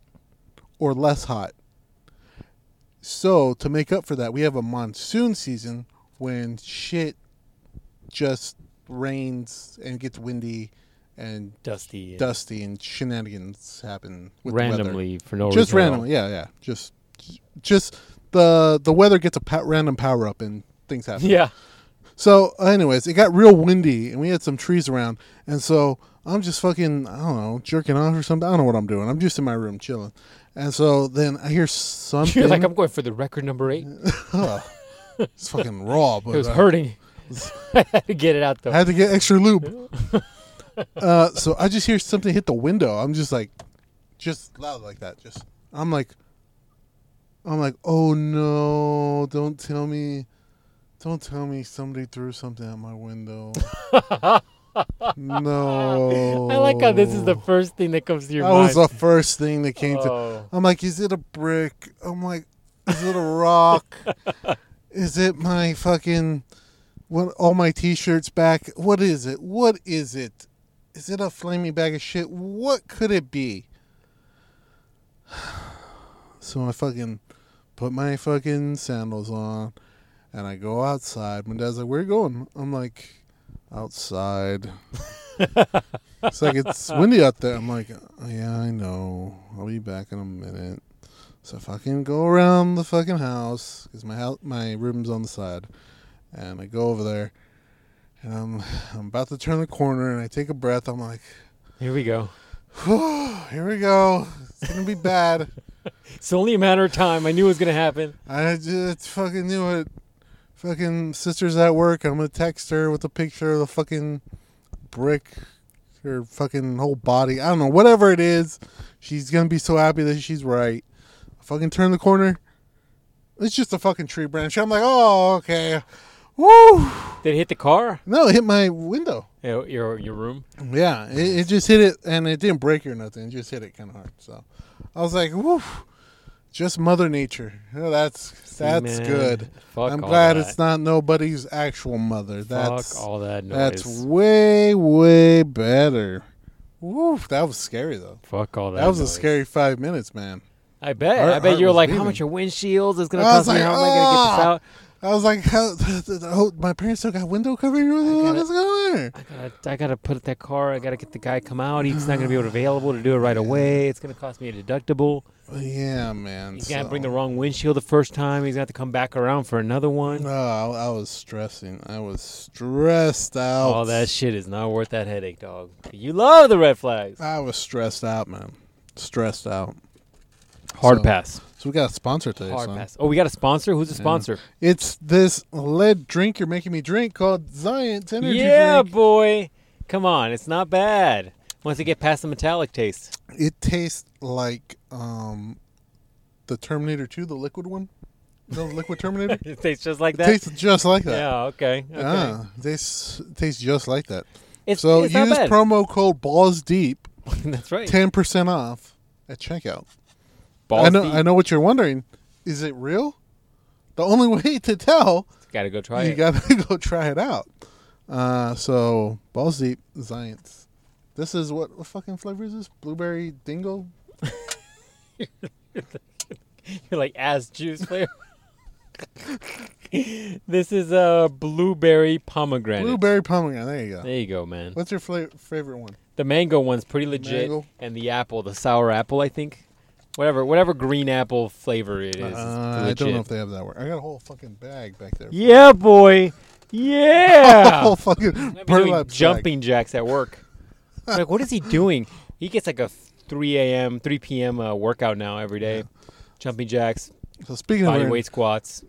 Speaker 2: or less hot. So to make up for that, we have a monsoon season when shit just rains and gets windy and
Speaker 3: Dusty. and
Speaker 2: dusty and shenanigans happen with the weather.
Speaker 3: randomly for no reason.
Speaker 2: just
Speaker 3: at all.
Speaker 2: randomly. Yeah, yeah. Just just the the weather gets a pa- random power up and things happen.
Speaker 3: Yeah.
Speaker 2: So, anyways, it got real windy and we had some trees around. And so I'm just fucking, I don't know, jerking off or something. I don't know what I'm doing. I'm just in my room chilling. And so then I hear something.
Speaker 3: You're like, I'm going for the record number eight. It
Speaker 2: Ugh. it's fucking raw, but
Speaker 3: was
Speaker 2: uh,
Speaker 3: hurting. I had to get it out
Speaker 2: I
Speaker 3: though.
Speaker 2: had to get extra lube. uh, so I just hear something hit the window. I'm just like, just loud like that. Just I'm like, I'm like, oh no! Don't tell me, don't tell me somebody threw something at my window. no.
Speaker 3: I like how this is the first thing that comes to your
Speaker 2: Oh. That
Speaker 3: mind.
Speaker 2: was the first thing that came to.
Speaker 3: Oh.
Speaker 2: I'm like, is it a brick? I'm like, is it a rock? is it my fucking what? All my t-shirts back? What is it? What is it? Is it a flaming bag of shit? What could it be? So I fucking put my fucking sandals on, and I go outside. My dad's like, "Where you going?" I'm like, "Outside." It's like it's windy out there. I'm like, "Oh, yeah, I know. I'll be back in a minute. So fucking go around the fucking house because my house, my room's on the side, and I go over there, and I'm I'm about to turn the corner, and I take a breath. I'm like,
Speaker 3: Here we go.
Speaker 2: here we go. It's gonna be bad.
Speaker 3: It's only a matter of time. I knew it was gonna happen.
Speaker 2: I just fucking knew it. Fucking sister's at work. I'm gonna text her with a picture of the fucking brick, her fucking whole body. I don't know, whatever it is. She's gonna be so happy that she's right. I fucking turn the corner. It's just a fucking tree branch. I'm like, oh okay, woo.
Speaker 3: Did it hit the car?
Speaker 2: No, it hit my window.
Speaker 3: Your your, your room?
Speaker 2: Yeah, it, it just hit it, and it didn't break or nothing. It just hit it kind of hard. So, I was like, woof. Just Mother Nature. Oh, that's that's
Speaker 3: Man,
Speaker 2: good.
Speaker 3: Fuck
Speaker 2: I'm
Speaker 3: all
Speaker 2: glad
Speaker 3: that.
Speaker 2: it's not nobody's actual mother. That's
Speaker 3: Fuck all that noise.
Speaker 2: that's way way better. Woof, that was scary though.
Speaker 3: Fuck all that.
Speaker 2: That was a
Speaker 3: noise.
Speaker 2: scary five minutes, man.
Speaker 3: I bet.
Speaker 2: Our-
Speaker 3: I bet
Speaker 2: our
Speaker 3: you were
Speaker 2: was
Speaker 3: like,
Speaker 2: leaving.
Speaker 3: how much are windshields? It's gonna
Speaker 2: I was
Speaker 3: cost me.
Speaker 2: like,
Speaker 3: How am I gonna get this
Speaker 2: "Ah!"
Speaker 3: out?
Speaker 2: I was like, how, oh, my parents still got window covering. What the
Speaker 3: I
Speaker 2: fuck
Speaker 3: gotta-
Speaker 2: is going on? here?
Speaker 3: I gotta, I gotta put that car. I gotta get the guy come out. He's not gonna be available to do it right away. It's gonna cost me a deductible.
Speaker 2: Yeah, man.
Speaker 3: He's gonna
Speaker 2: so-
Speaker 3: bring the wrong windshield the first time. He's gonna have to come back around for another one.
Speaker 2: No, I, I was stressing. I was stressed out.
Speaker 3: All that shit is not worth that headache, dog. You love the red flags.
Speaker 2: I was stressed out, man. Stressed out.
Speaker 3: Hard
Speaker 2: So-
Speaker 3: pass.
Speaker 2: So we got a sponsor today.
Speaker 3: Hard
Speaker 2: son.
Speaker 3: pass. Oh, we got a sponsor. Who's the sponsor?
Speaker 2: It's this lead drink you're making me drink called Zion
Speaker 3: Yeah,
Speaker 2: Energy Drink.
Speaker 3: boy. Come on, it's not bad. Once you get past the metallic taste,
Speaker 2: It tastes like um, the Terminator 2, the liquid one. The liquid Terminator. It
Speaker 3: it tastes just like that.
Speaker 2: tastes just like that.
Speaker 3: yeah. Okay. Okay.
Speaker 2: Yeah, tastes tastes just like that.
Speaker 3: It's,
Speaker 2: so
Speaker 3: it's not
Speaker 2: use
Speaker 3: bad.
Speaker 2: promo code Balls Deep,
Speaker 3: That's right.
Speaker 2: ten percent off at checkout.
Speaker 3: Balls
Speaker 2: I know.
Speaker 3: deep.
Speaker 2: I know what you're wondering. Is it real? The only way to tell
Speaker 3: Gotta go try
Speaker 2: you
Speaker 3: it.
Speaker 2: gotta go try it out. Uh, so balls deep science. This is what what fucking flavor is this? Blueberry dingo.
Speaker 3: You're like ass juice flavor. this is a blueberry pomegranate.
Speaker 2: Blueberry pomegranate. There you go.
Speaker 3: There you go, man.
Speaker 2: What's your fla- favorite one?
Speaker 3: The mango one's pretty legit,
Speaker 2: Mango.
Speaker 3: and the apple, the sour apple, I think. Whatever, whatever green apple flavor it is. is
Speaker 2: Uh, I
Speaker 3: legit.
Speaker 2: don't know if they have that one. I got a whole fucking bag back there.
Speaker 3: yeah, boy.
Speaker 2: A whole
Speaker 3: Yeah.
Speaker 2: fucking
Speaker 3: I've been doing
Speaker 2: burlap sack.
Speaker 3: jumping jacks at work. like, what is he doing? He gets like a 3 a.m., 3 p.m. Uh, workout now every day. Jumping jacks,
Speaker 2: So speaking of
Speaker 3: body
Speaker 2: wearing-
Speaker 3: weight squats.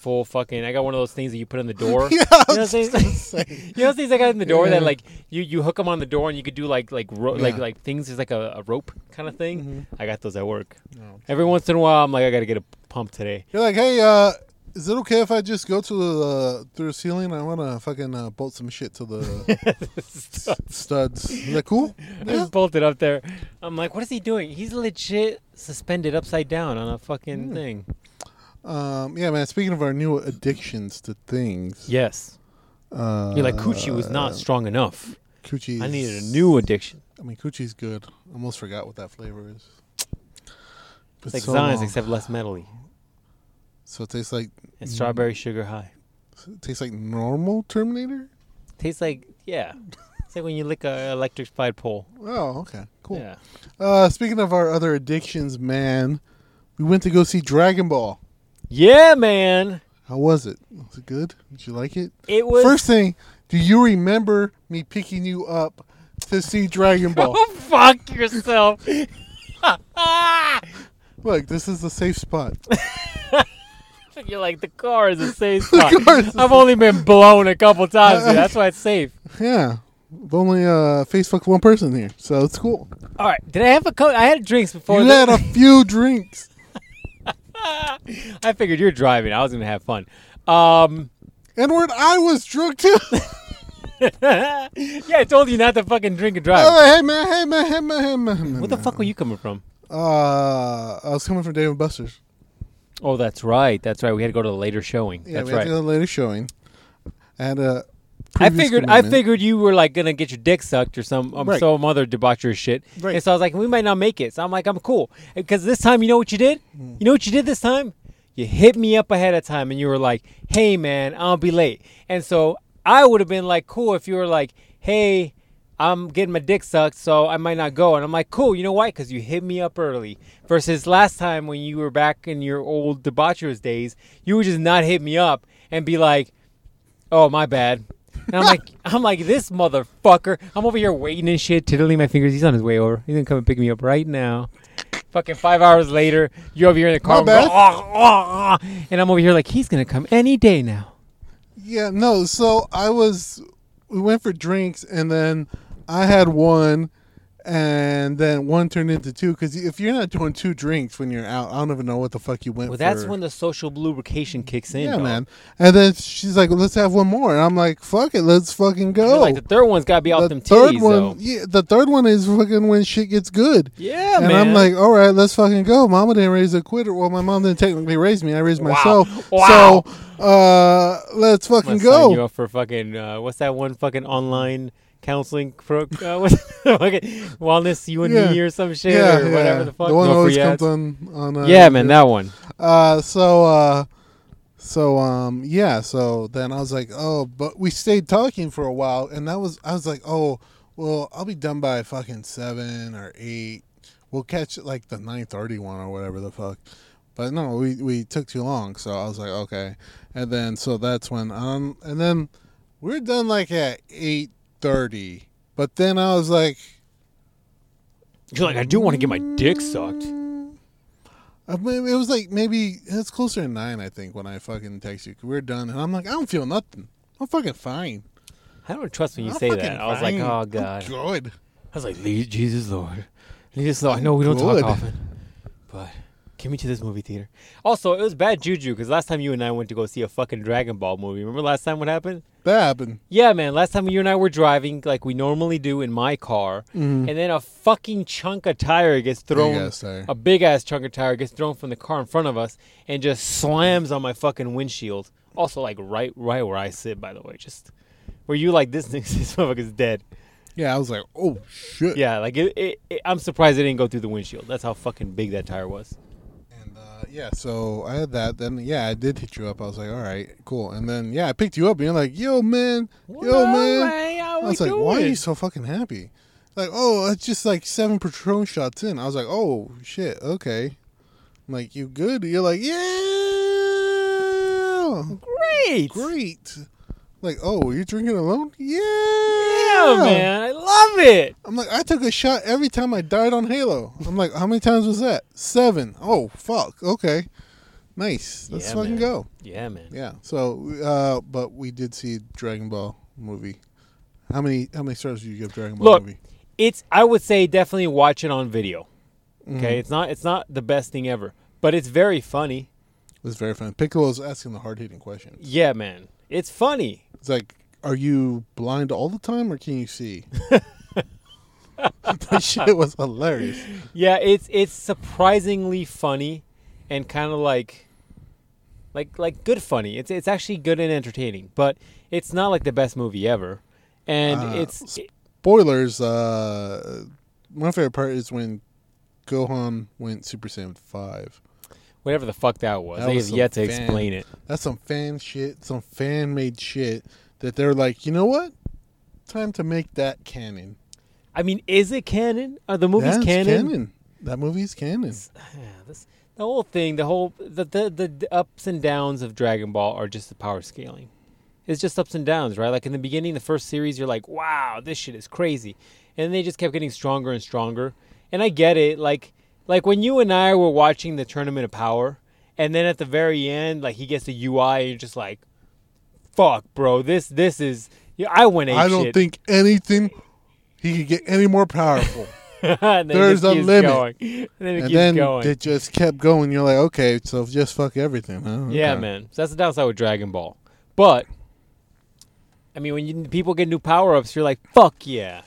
Speaker 3: Full fucking! I got one of those things that you put in the door.
Speaker 2: Yeah,
Speaker 3: you know those things. you know those things I got in the door that
Speaker 2: Yeah.
Speaker 3: like you you hook them on the door and you could do like like ro- like
Speaker 2: Yeah. Mm-hmm.
Speaker 3: like things is like a, a rope kind of thing. I got those at work.
Speaker 2: No.
Speaker 3: Every once in a while, I'm like I got to get a pump today.
Speaker 2: You're like, hey, uh, is it okay if I just go to the through the ceiling? I want to fucking uh, bolt some shit to the s- studs. Is that cool?
Speaker 3: I just bolted up there.
Speaker 2: Hmm.
Speaker 3: I'm like, what is he doing? He's legit suspended upside down on a fucking thing.
Speaker 2: Um, yeah, man. Speaking of our new addictions to things,
Speaker 3: Yes.
Speaker 2: uh,
Speaker 3: You're like coochie was not strong enough.
Speaker 2: Coochie.
Speaker 3: I
Speaker 2: is-
Speaker 3: needed a new addiction.
Speaker 2: I mean, coochie's good. I almost forgot what that flavor is. But
Speaker 3: It's like
Speaker 2: so
Speaker 3: Zions
Speaker 2: long.
Speaker 3: except less metally.
Speaker 2: so it tastes like
Speaker 3: And strawberry sugar high.
Speaker 2: it tastes like normal Terminator.
Speaker 3: Tastes like yeah. It's like when you lick a electrified pole.
Speaker 2: Oh, okay, cool.
Speaker 3: Yeah.
Speaker 2: Uh, speaking of our other addictions, man, we went to go see Dragon Ball.
Speaker 3: Yeah, man.
Speaker 2: How was it? Was it good? Did you like it?
Speaker 3: It was
Speaker 2: First thing, do you remember me picking you up to see Dragon Ball?
Speaker 3: Oh fuck yourself.
Speaker 2: Look, this is a safe spot.
Speaker 3: You're like the car is a safe spot.
Speaker 2: car is a
Speaker 3: I've only been blown a couple times. dude. That's why it's safe.
Speaker 2: Yeah. I've only uh, Facebooked one person here, so it's cool.
Speaker 3: All right. Did I have a co- I had drinks before.
Speaker 2: you had
Speaker 3: this.
Speaker 2: a few drinks.
Speaker 3: I figured you're driving. I was gonna have fun. Um,
Speaker 2: Edward, I was drunk too.
Speaker 3: yeah, I told you not to fucking drink and drive.
Speaker 2: oh, hey, man, hey, man, hey, man, hey, man, hey, man.
Speaker 3: What the fuck were you coming from?
Speaker 2: Uh, I was coming from Dave and Buster's.
Speaker 3: Oh, that's right. That's right. We had to go to the later showing.
Speaker 2: Yeah,
Speaker 3: that's
Speaker 2: we had to
Speaker 3: right.
Speaker 2: the later showing. I had a.
Speaker 3: I
Speaker 2: previous
Speaker 3: figured. I
Speaker 2: commitment.
Speaker 3: figured you were like gonna get your dick sucked or some um,
Speaker 2: Right.
Speaker 3: some other debauchery shit.
Speaker 2: Right.
Speaker 3: And so I was like, we might not make it. So I'm like, I'm cool. Because this time, you know what you did?
Speaker 2: Mm.
Speaker 3: You know what you did this time? You hit me up ahead of time, and you were like, "Hey, man, I'll be late." And so I would have been like, "Cool," if you were like, "Hey." I'm getting my dick sucked, so I might not go. And I'm like, cool, you know why? Because you hit me up early. Versus last time when you were back in your old debaucherous days, you would just not hit me up and be like, oh my bad and i'm like i'm like this motherfucker i'm over here waiting and shit tiddling my fingers he's on his way over he's gonna come and pick me up right now fucking five hours later you're over here in the car
Speaker 2: My
Speaker 3: and,
Speaker 2: bad.
Speaker 3: go, "Ah, ah, ah," and i'm over here like he's gonna come any day now
Speaker 2: Yeah, no. So I was, we went for drinks, and then I had one, and then one turned into two. Because if you're not doing two drinks when you're out, I don't even know what the fuck you went.
Speaker 3: well that's
Speaker 2: for.
Speaker 3: when the social lubrication kicks in
Speaker 2: Yeah,
Speaker 3: dog.
Speaker 2: man. And then she's like, "Let's have one more," and I'm like, "Fuck it, let's fucking
Speaker 3: You're
Speaker 2: go."
Speaker 3: like the third one's gotta be off
Speaker 2: The
Speaker 3: them titties
Speaker 2: third one,
Speaker 3: though.
Speaker 2: yeah, the third one is fucking when shit gets good.
Speaker 3: yeah
Speaker 2: and
Speaker 3: man
Speaker 2: I'm like, all right, let's fucking go. Mama didn't raise a quitter. Well, my mom didn't technically raise me. I raised myself.
Speaker 3: Wow.
Speaker 2: So, uh, let's
Speaker 3: I'm
Speaker 2: fucking
Speaker 3: gonna sign
Speaker 2: go.
Speaker 3: you up for fucking uh, what's that one fucking online counseling pro uh, what's fucking wellness you and
Speaker 2: Yeah.
Speaker 3: me or some shit or whatever the fuck
Speaker 2: The one
Speaker 3: No
Speaker 2: that always
Speaker 3: free
Speaker 2: comes
Speaker 3: ads.
Speaker 2: on on. Uh,
Speaker 3: yeah man that one
Speaker 2: Uh, so uh, so um, yeah. So then I was like, oh, but we stayed talking for a while, and that was I was like, oh, well, I'll be done by fucking seven or eight. We'll catch like the nine thirty one or whatever the fuck. But no, we we took too long, so I was like, okay. And then so that's when um, and then we're done like at eight thirty. But then I was like.
Speaker 3: You're like, I do want to get my dick sucked.
Speaker 2: I mean, it was like maybe it's closer to nine, I think, when I fucking text you. 'Cause We are done, and I'm like, I don't feel nothing. I'm fucking fine.
Speaker 3: I don't trust when you
Speaker 2: I'm
Speaker 3: say
Speaker 2: fucking
Speaker 3: that. I was like,
Speaker 2: fine.
Speaker 3: oh
Speaker 2: I'm
Speaker 3: god. I
Speaker 2: good.
Speaker 3: was like, lead Jesus Lord, lead us Lord. I know we don't
Speaker 2: Good.
Speaker 3: talk often, but get me to this movie theater. Also, it was bad juju because last time you and I went to go see a fucking Dragon Ball movie. Remember last time what happened?
Speaker 2: That happened.
Speaker 3: Yeah, man. Last time you and I were driving like we normally do in my car, and then a fucking chunk of tire gets thrown.
Speaker 2: ass tire.
Speaker 3: A big ass chunk of tire gets thrown from the car in front of us and just slams on my fucking windshield. Also, like right, right where I sit, by the way. Just where you like this thing, this motherfucker's dead.
Speaker 2: Yeah, I was like, oh shit.
Speaker 3: Yeah, like it, it, it, I'm surprised it didn't go through the windshield. That's how fucking big that tire was.
Speaker 2: And uh, yeah, so I had that. Then yeah, I did hit you up. I was like, all right, cool. And then yeah, I picked you up, and you're like, yo man, yo man. I was like, why are you so fucking happy? Like, oh, it's just like seven Patron shots in. I was like, oh shit, okay. I'm like, you good? You're like, yeah.
Speaker 3: great?
Speaker 2: great. Like, oh, you're drinking alone? Yeah.
Speaker 3: Yeah, man, I love it.
Speaker 2: I'm like, I took a shot every time I died on Halo. I'm like, how many times was that? Seven. Oh, fuck. Okay. Nice. Let's
Speaker 3: Yeah,
Speaker 2: fucking
Speaker 3: man.
Speaker 2: go.
Speaker 3: Yeah, man.
Speaker 2: Yeah. So, uh, but we did see Dragon Ball movie. How many how many stars do you give Dragon Ball
Speaker 3: Look,
Speaker 2: movie?
Speaker 3: it's I would say definitely watch it on video.
Speaker 2: Mm-hmm.
Speaker 3: Okay, it's not it's not the best thing ever, but it's very funny.
Speaker 2: It was very fun. Piccolo's asking the hard hitting question.
Speaker 3: Yeah, man, it's funny.
Speaker 2: It's like, are you blind all the time or can you see? that shit was hilarious.
Speaker 3: Yeah, it's it's surprisingly funny, and kind of like like like good funny. It's it's actually good and entertaining, but it's not like the best movie ever. And
Speaker 2: Uh,
Speaker 3: it's
Speaker 2: Spoilers. Uh, my favorite part is when Gohan went Super Saiyan five.
Speaker 3: whatever the fuck that was.
Speaker 2: That
Speaker 3: they
Speaker 2: was
Speaker 3: have
Speaker 2: some
Speaker 3: yet to
Speaker 2: fan-
Speaker 3: explain it.
Speaker 2: That's some fan shit, some fan made shit that they're like, you know what? Time to make that canon.
Speaker 3: I mean, is it canon? Are the movies
Speaker 2: That's
Speaker 3: canon?
Speaker 2: That movie's canon.
Speaker 3: Yeah, this, the whole thing, the whole the, the the ups and downs of Dragon Ball are just the power scaling. It's just ups and downs, right? Like in the beginning, the first series, you're like, "Wow, this shit is crazy," and they just kept getting stronger and stronger. And I get it, like like when you and I were watching the Tournament of Power, and then at the very end, like he gets the UI, and you're just like, "Fuck, bro, this this is." Yeah, I went ape
Speaker 2: I don't
Speaker 3: shit.
Speaker 2: think anything he could get any more powerful.
Speaker 3: And then it
Speaker 2: there's
Speaker 3: just
Speaker 2: a
Speaker 3: keeps
Speaker 2: limit.
Speaker 3: Going. And then it
Speaker 2: and
Speaker 3: keeps
Speaker 2: then
Speaker 3: going.
Speaker 2: it just kept going. You're like, okay, so just fuck everything, huh?
Speaker 3: Yeah,
Speaker 2: Okay.
Speaker 3: man. So that's the downside with Dragon Ball. But I mean, when you, people get new power ups, you're like, "Fuck yeah!"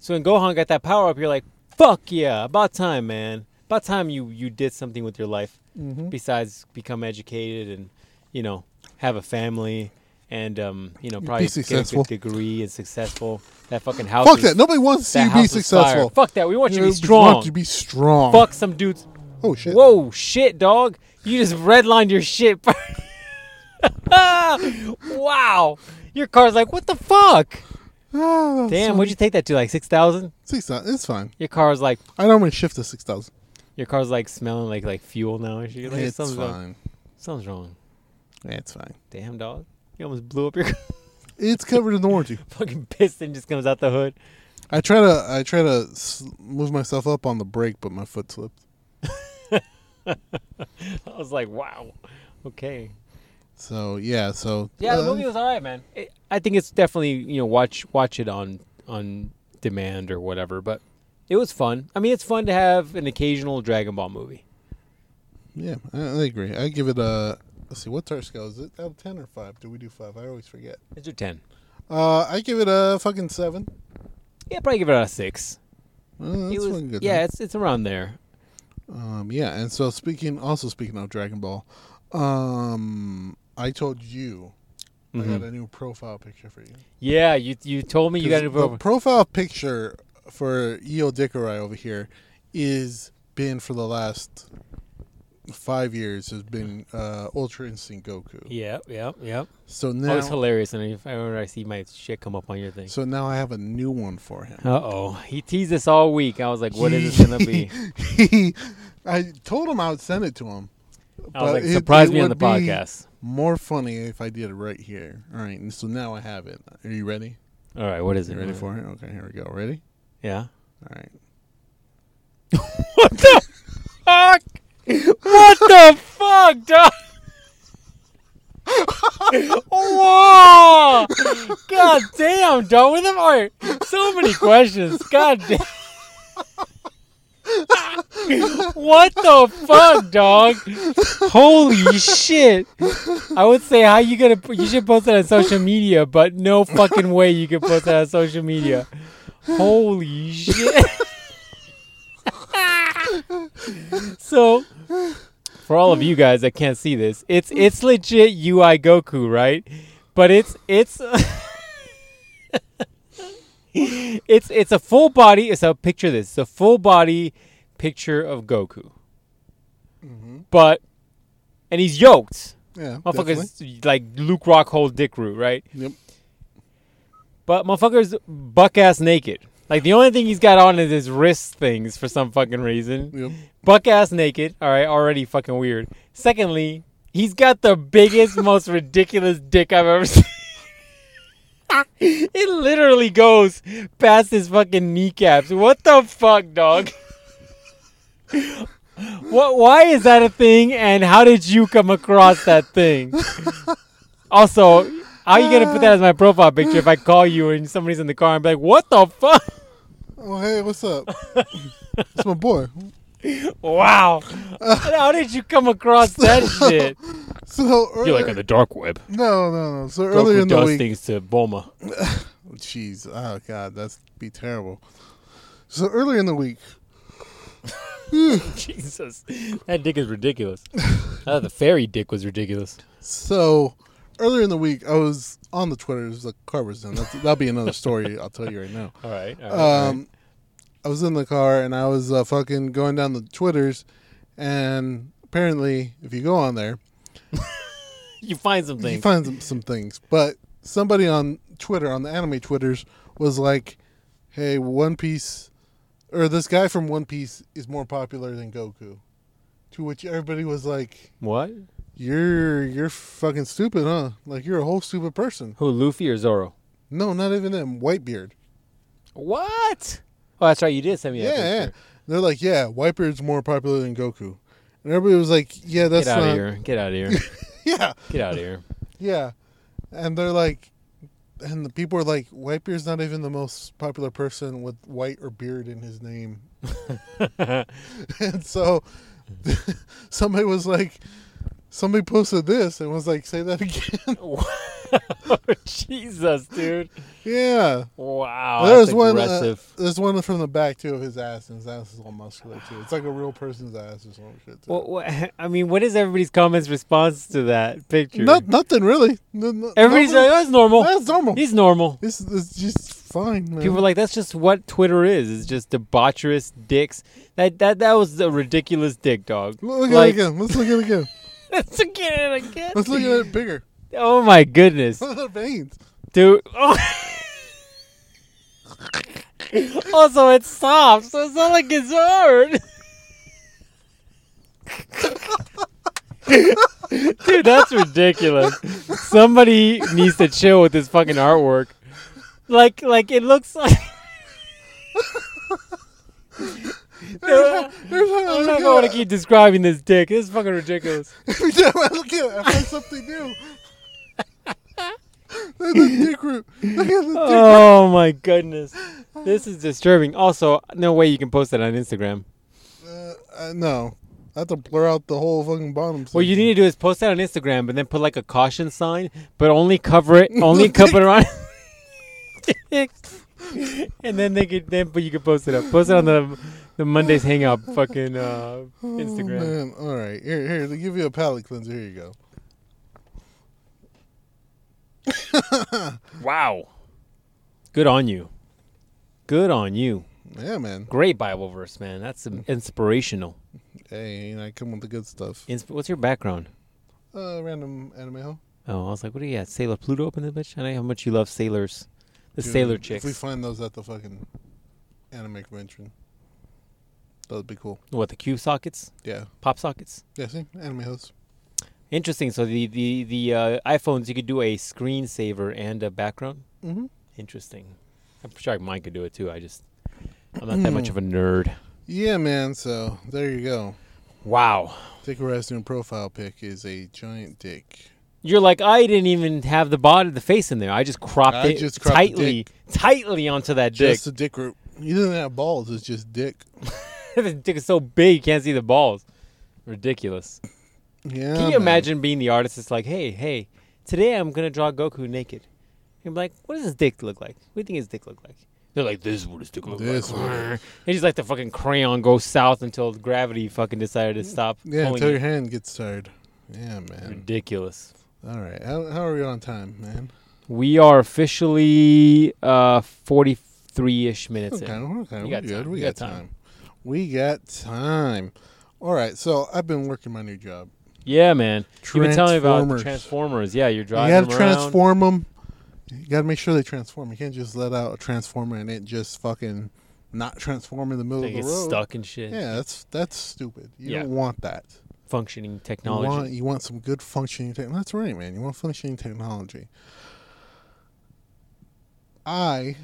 Speaker 3: So when Gohan got that power up, you're like, "Fuck yeah!" About time, man. About time you you did something with your life
Speaker 2: Mm-hmm.
Speaker 3: besides become educated and you know have a family and um you know probably
Speaker 2: successful.
Speaker 3: get a good degree and successful. That fucking house.
Speaker 2: Fuck
Speaker 3: is-
Speaker 2: that. Nobody wants to see
Speaker 3: that
Speaker 2: you
Speaker 3: house
Speaker 2: be
Speaker 3: is fire.
Speaker 2: successful.
Speaker 3: Fuck that. We want you to
Speaker 2: We
Speaker 3: be
Speaker 2: want
Speaker 3: strong.
Speaker 2: you to be strong.
Speaker 3: Fuck some dudes.
Speaker 2: Oh shit.
Speaker 3: Whoa, shit, dog! You just redlined your shit. wow, your car's like what the fuck?
Speaker 2: Ah,
Speaker 3: Damn, what'd you take that to? Like six thousand?
Speaker 2: Six thousand. It's fine.
Speaker 3: Your car's like
Speaker 2: I don't want to shift to six thousand.
Speaker 3: your car's like smelling like like fuel now. and shit. You're Like,
Speaker 2: It's
Speaker 3: something's Wrong.
Speaker 2: fine.
Speaker 3: Something's wrong.
Speaker 2: It's fine.
Speaker 3: Damn, dog! You almost blew up your car.
Speaker 2: It's covered in warranty.
Speaker 3: fucking piston. Just comes out the hood.
Speaker 2: I try to I try to s- move myself up on the brake, but my foot slipped.
Speaker 3: I was like, wow. Okay.
Speaker 2: So yeah. So
Speaker 3: Yeah, the
Speaker 2: uh,
Speaker 3: movie was all right, man. It, I think it's definitely you know watch watch it on on demand or whatever, but it was fun. I mean, it's fun to have an occasional Dragon Ball movie.
Speaker 2: Yeah, I, I agree. I give it a. Let's see. What's our scale? Is it out of ten or five? Do we do five? I always forget.
Speaker 3: It's your ten.
Speaker 2: Uh, I give it a fucking seven.
Speaker 3: Yeah, probably give it out a six.
Speaker 2: Uh,
Speaker 3: It
Speaker 2: that's
Speaker 3: was-
Speaker 2: fucking good.
Speaker 3: yeah, it's it's around there.
Speaker 2: Um, yeah, and so speaking, also speaking of Dragon Ball, um, I told you I
Speaker 3: Mm-hmm.
Speaker 2: got a new profile picture for you.
Speaker 3: Yeah, you you told me you
Speaker 2: 'Cause
Speaker 3: got to
Speaker 2: the
Speaker 3: go.
Speaker 2: profile picture for Eo Dickery over here is been for the last five years has been uh, Ultra Instinct Goku.
Speaker 3: Yeah, yeah, yeah.
Speaker 2: So
Speaker 3: Oh,
Speaker 2: now,
Speaker 3: it's hilarious, and if I remember, I see my shit come up on your thing.
Speaker 2: so now I have a new one for him.
Speaker 3: Uh oh, he teased us all week. I was like, what is this gonna be?
Speaker 2: he, I told him I would send it to him.
Speaker 3: I was
Speaker 2: But
Speaker 3: like,
Speaker 2: it-
Speaker 3: surprise
Speaker 2: it
Speaker 3: me on the
Speaker 2: would be-
Speaker 3: podcast.
Speaker 2: More funny if I did it right here. All right, and so now I have it. Are you ready?
Speaker 3: All right, what is it?
Speaker 2: You ready for it? Okay, here we go. Ready?
Speaker 3: Yeah.
Speaker 2: All right.
Speaker 3: fuck? What the fuck, dog? Whoa! God damn, dog. With them are so many questions. God damn. what the fuck, dog? Holy shit! I would say how you gonna you should post that on social media, but no fucking way you can post that on social media. Holy shit! so for all of you guys that can't see this, it's it's legit UI Goku, right? But it's it's it's it's a full body. It's a picture. of This it's a full body picture of Goku, but and he's yoked.
Speaker 2: Yeah. definitely.
Speaker 3: Motherfuckers like Luke Rockhold Dick Root, right?
Speaker 2: Yep.
Speaker 3: But motherfuckers buck ass naked. Like the only thing he's got on is his wrist things for some fucking reason.
Speaker 2: Yep.
Speaker 3: buck ass naked. All right, already fucking weird. Secondly, he's got the biggest, most ridiculous dick I've ever seen. it literally goes past his fucking kneecaps. What the fuck, dog? what? Why is that a thing? And how did you come across that thing? also, how you gonna put that as my profile picture if I call you and somebody's in the car and be like, "What the fuck"?
Speaker 2: Oh hey, what's up? it's my boy.
Speaker 3: Wow. How did you come across that shit?
Speaker 2: So earlier,
Speaker 3: dark web.
Speaker 2: no, no, no. So earlier in the week,
Speaker 3: things to Bulma.
Speaker 2: jeez, oh god, that's be terrible. So earlier in the week,
Speaker 3: Jesus, that dick is ridiculous. Uh, the fairy dick was ridiculous.
Speaker 2: So earlier in the week, I was on the Twitter. It was the car was in. That's, that'll be another story I'll tell you right now.
Speaker 3: All right. All right, all right.
Speaker 2: Um, I was in the car and I was uh, fucking going down the Twitters, and apparently, if you go on there,
Speaker 3: you find some
Speaker 2: You
Speaker 3: things.
Speaker 2: find some, some things, but somebody on Twitter, on the anime Twitters, was like, "Hey, One Piece, or this guy from One Piece is more popular than Goku," to which everybody was like,
Speaker 3: what?
Speaker 2: "You're you're fucking stupid, huh? Like you're a whole stupid person."
Speaker 3: Who? Luffy or Zoro?
Speaker 2: No, not even them. Whitebeard.
Speaker 3: What? Oh, that's right. You did send me.
Speaker 2: Yeah,
Speaker 3: that
Speaker 2: yeah.
Speaker 3: picture.
Speaker 2: They're like, "Yeah, Whitebeard's more popular than Goku," and everybody was like, "Yeah, that's
Speaker 3: Get out
Speaker 2: not."
Speaker 3: of here. Get out of here.
Speaker 2: Yeah,
Speaker 3: Get out of here.
Speaker 2: Yeah. And they're like, and the people are like, Whitebeard's not even the most popular person with white or beard in his name. and so somebody was like, somebody posted this and was like, say that again.
Speaker 3: Oh, Jesus, dude.
Speaker 2: yeah.
Speaker 3: Wow.
Speaker 2: there's
Speaker 3: Oh, that's
Speaker 2: one. uh,
Speaker 3: aggressive.
Speaker 2: there's one from the back too of his ass, and his ass is all muscular too. It's like a real person's ass or some shit. Too.
Speaker 3: What, what, I mean, what is everybody's comments response to that picture?
Speaker 2: Not, nothing really. No, no-
Speaker 3: Everybody's
Speaker 2: nothing.
Speaker 3: like, that's normal.
Speaker 2: that's normal.
Speaker 3: He's normal.
Speaker 2: This is just fine. Man.
Speaker 3: People are like, that's just what Twitter is. It's just debaucherous dicks. That that that was a ridiculous dick, dog.
Speaker 2: look at
Speaker 3: like-
Speaker 2: it again. Let's look at it again.
Speaker 3: Let's look at it again.
Speaker 2: Let's look at it bigger.
Speaker 3: Oh my goodness,
Speaker 2: Look at the veins.
Speaker 3: dude. Oh. also, it's soft, so it's not like it's hard. Dude, that's ridiculous. Somebody needs to chill with this fucking artwork. Like, like it looks like.
Speaker 2: Every time- every time I
Speaker 3: I'm
Speaker 2: look
Speaker 3: not going
Speaker 2: at
Speaker 3: to
Speaker 2: it,
Speaker 3: keep describing this dick. This is fucking ridiculous.
Speaker 2: every time I look at it, I find something new. Look at the dick root. Look at the dick.
Speaker 3: Oh my goodness, this is disturbing. Also, no way you can post that on Instagram.
Speaker 2: Uh, uh, no, I have to blur out the whole fucking bottom.
Speaker 3: What you
Speaker 2: section.
Speaker 3: need to do is post that on Instagram, but then put like a caution sign, but only cover it, only cover it around. and then they could then, but you could post it up. Post it on the the Monday's Hangout fucking uh,
Speaker 2: Oh,
Speaker 3: Instagram.
Speaker 2: man. All right, here, here. They give you a palate cleanser. Here you go.
Speaker 3: Wow, good on you, good on you.
Speaker 2: Yeah, man.
Speaker 3: Great Bible verse, man. That's inspirational.
Speaker 2: Hey, you know, I come with the good stuff.
Speaker 3: Insp- what's your background?
Speaker 2: Uh, random anime. Huh?
Speaker 3: Oh, I was like, what do you got? Sailor Pluto up in the bitch? I know how much you love sailors. The
Speaker 2: Dude,
Speaker 3: sailor
Speaker 2: If we
Speaker 3: chicks.
Speaker 2: find those at the fucking anime convention, that would be cool.
Speaker 3: what, the cube sockets?
Speaker 2: Yeah.
Speaker 3: Pop sockets?
Speaker 2: Yeah. See, anime hosts.
Speaker 3: Interesting. So the, the, the uh, iPhones, you could do a screensaver and a background?
Speaker 2: Mm-hmm.
Speaker 3: Interesting. I'm sure mine could do it too. I just, I'm not that much
Speaker 2: Mm.
Speaker 3: of a nerd.
Speaker 2: Yeah, man. So there you go.
Speaker 3: Wow.
Speaker 2: Dick Erasmus profile pic is a giant dick.
Speaker 3: You're like, I didn't even have the body, the face in there. I just cropped
Speaker 2: I
Speaker 3: it
Speaker 2: just cropped the
Speaker 3: tightly, tightly onto that dick.
Speaker 2: Just a dick root. He doesn't have balls. It's just dick.
Speaker 3: the dick is so big, you can't see the balls. Ridiculous.
Speaker 2: Yeah.
Speaker 3: Can
Speaker 2: Oh,
Speaker 3: you
Speaker 2: man.
Speaker 3: imagine being the artist? It's like, hey, hey, today I'm gonna draw Goku naked. You're like, what does his dick look like? What do you think his dick look like? They're like, this is what his dick look
Speaker 2: This
Speaker 3: like.
Speaker 2: one.
Speaker 3: They just like the fucking crayon go south until gravity fucking decided to stop.
Speaker 2: Yeah,
Speaker 3: pulling
Speaker 2: until your
Speaker 3: it.
Speaker 2: hand gets tired. Yeah, man.
Speaker 3: Ridiculous.
Speaker 2: All right. How, how are we on time, man?
Speaker 3: We are officially uh 43-ish minutes
Speaker 2: Okay,
Speaker 3: in.
Speaker 2: we're okay.
Speaker 3: You
Speaker 2: We're
Speaker 3: got
Speaker 2: good.
Speaker 3: time.
Speaker 2: We
Speaker 3: You
Speaker 2: got
Speaker 3: got
Speaker 2: time.
Speaker 3: time.
Speaker 2: We got time. All right. So I've been working my new job.
Speaker 3: Yeah, man. You've been telling me about
Speaker 2: Transformers.
Speaker 3: the Transformers. Yeah, you're
Speaker 2: you
Speaker 3: driving
Speaker 2: got to
Speaker 3: them
Speaker 2: transform them. You got to make sure they transform. You can't just let out a transformer and it just fucking not transform in the middle
Speaker 3: Around. They
Speaker 2: of
Speaker 3: get
Speaker 2: the road.
Speaker 3: stuck and shit.
Speaker 2: Yeah, that's that's stupid. You
Speaker 3: Yeah.
Speaker 2: don't want that.
Speaker 3: Functioning
Speaker 2: You
Speaker 3: technology.
Speaker 2: want you want some good functioning tech That's right, man. You want functioning technology. I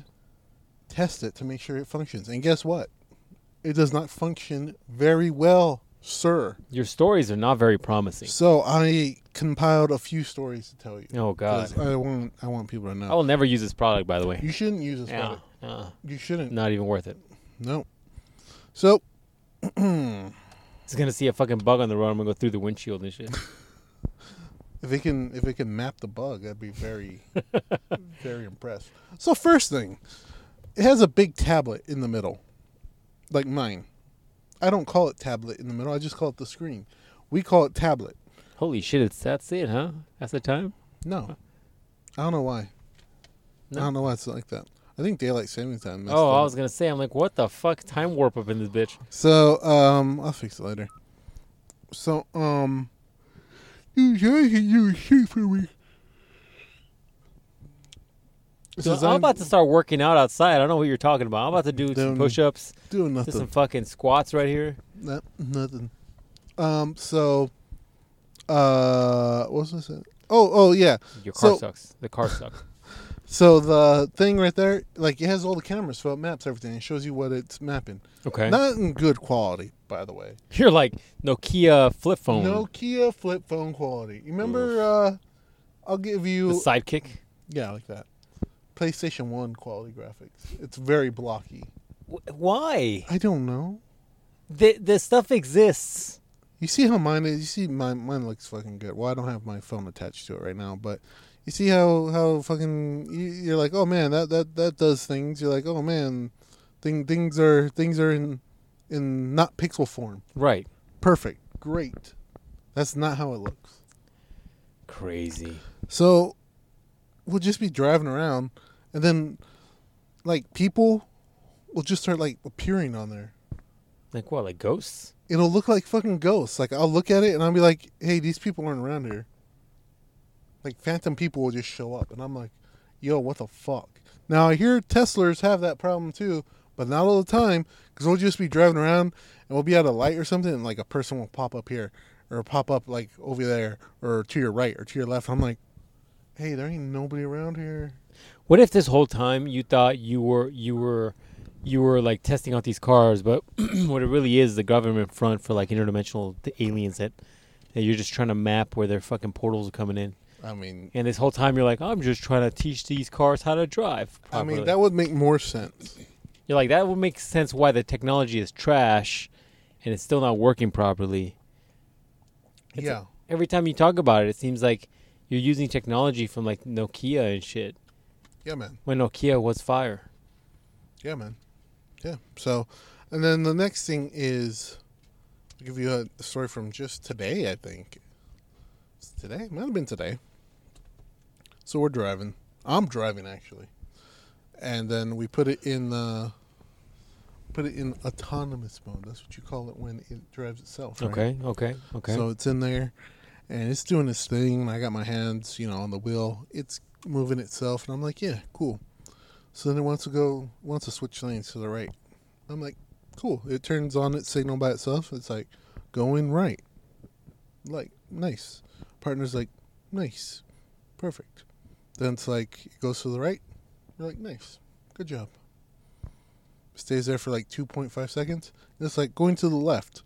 Speaker 2: test it to make sure it functions, and guess what? It does not function very well, sir.
Speaker 3: Your stories are not very promising.
Speaker 2: So I compiled a few stories to tell you.
Speaker 3: Oh god.
Speaker 2: 'Cause I want I want people to know.
Speaker 3: I will never use this product, by the way.
Speaker 2: You shouldn't use this
Speaker 3: Yeah,
Speaker 2: product.
Speaker 3: uh,
Speaker 2: You shouldn't.
Speaker 3: not even worth it.
Speaker 2: No. So
Speaker 3: It's gonna see a fucking bug on the road. I'm gonna go through the windshield and shit.
Speaker 2: if it can if it can map the bug, I'd be very very impressed. So first thing, it has a big tablet in the middle, like mine. I don't call it tablet in the middle. I just call it the screen. We call it tablet.
Speaker 3: Holy shit! It's that's it, huh? That's the time.
Speaker 2: No, I don't know why. I don't know why it's like that. I think daylight saving time. messed
Speaker 3: Oh,
Speaker 2: it
Speaker 3: I
Speaker 2: up.
Speaker 3: was gonna say, I'm like, what the fuck? Time warp up in this bitch.
Speaker 2: So, um, I'll fix it later. So, um, you you shoot for me.
Speaker 3: So I'm about to start working out outside. I don't know what you're talking about. I'm about to do some
Speaker 2: Doing-
Speaker 3: push-ups,
Speaker 2: do
Speaker 3: do
Speaker 2: nothing.
Speaker 3: some fucking squats right here.
Speaker 2: No, nothing. Um, so, uh, what was I saying? Oh, oh yeah.
Speaker 3: Your car
Speaker 2: So-
Speaker 3: sucks. The car sucks.
Speaker 2: So the thing right there, like it has all the cameras, so it maps everything. It shows you what it's mapping.
Speaker 3: Okay.
Speaker 2: Not in good quality, by the way.
Speaker 3: You're like Nokia flip phone.
Speaker 2: Nokia flip phone quality. You remember? Uh, I'll give
Speaker 3: the
Speaker 2: you.
Speaker 3: sidekick.
Speaker 2: Yeah, like that. PlayStation 1 quality graphics. It's very blocky.
Speaker 3: Wh- Why?
Speaker 2: I don't know.
Speaker 3: The the stuff exists.
Speaker 2: You see how mine is? You see mine mine looks fucking good. Well, I don't have my phone attached to it right now, but you see how how fucking you, you're like, "Oh man, that that that does things." You're like, "Oh man, thing things are things are in in not pixel form.
Speaker 3: Right.
Speaker 2: Perfect. Great." That's not how it looks.
Speaker 3: Crazy.
Speaker 2: So we'll just be driving around and then like people will just start like appearing on there.
Speaker 3: Like what? Like ghosts?
Speaker 2: It'll look like fucking ghosts. Like I'll look at it and I'll be like, "Hey, these people aren't around here." Like phantom people will just show up and I'm like, "Yo, what the fuck?" Now I hear Teslas have that problem too, but not all the time cuz we'll just be driving around and we'll be at a light or something and like a person will pop up here or pop up like over there or to your right or to your left. I'm like, "Hey, there ain't nobody around here."
Speaker 3: What if this whole time you thought you were you were you were like testing out these cars, but what it really is the government front for like interdimensional the aliens that, that you're just trying to map where their fucking portals are coming in.
Speaker 2: I mean,
Speaker 3: And this whole time you're like, I'm just trying to teach these cars how to drive.
Speaker 2: I mean
Speaker 3: properly."
Speaker 2: that would make more sense.
Speaker 3: You're like, that would make sense why the technology is trash and it's still not working properly. It's
Speaker 2: yeah.
Speaker 3: Every time you talk about it, it seems like you're using technology from like Nokia and shit
Speaker 2: yeah, man.
Speaker 3: when Nokia was fire.
Speaker 2: Yeah, man. Yeah. So, and then the next thing is, I'll give you a story from just today, I think. It's today? Might have been today. So we're driving. I'm driving, actually. And then we put it in the. Put it in autonomous mode. That's what you call it when it drives itself. right?
Speaker 3: Okay, okay, okay.
Speaker 2: So it's in there, and it's doing its thing. And I got my hands, you know, on the wheel. It's moving itself, and I'm like, yeah, cool. So then it wants to go, wants to switch lanes to the right. I'm like, cool. It turns on its signal by itself. It's like going right. Like nice. Partner's like nice, perfect. Then it's like it goes to the right. You're like nice, good job. Stays there for like 2.5 seconds. And it's like going to the left.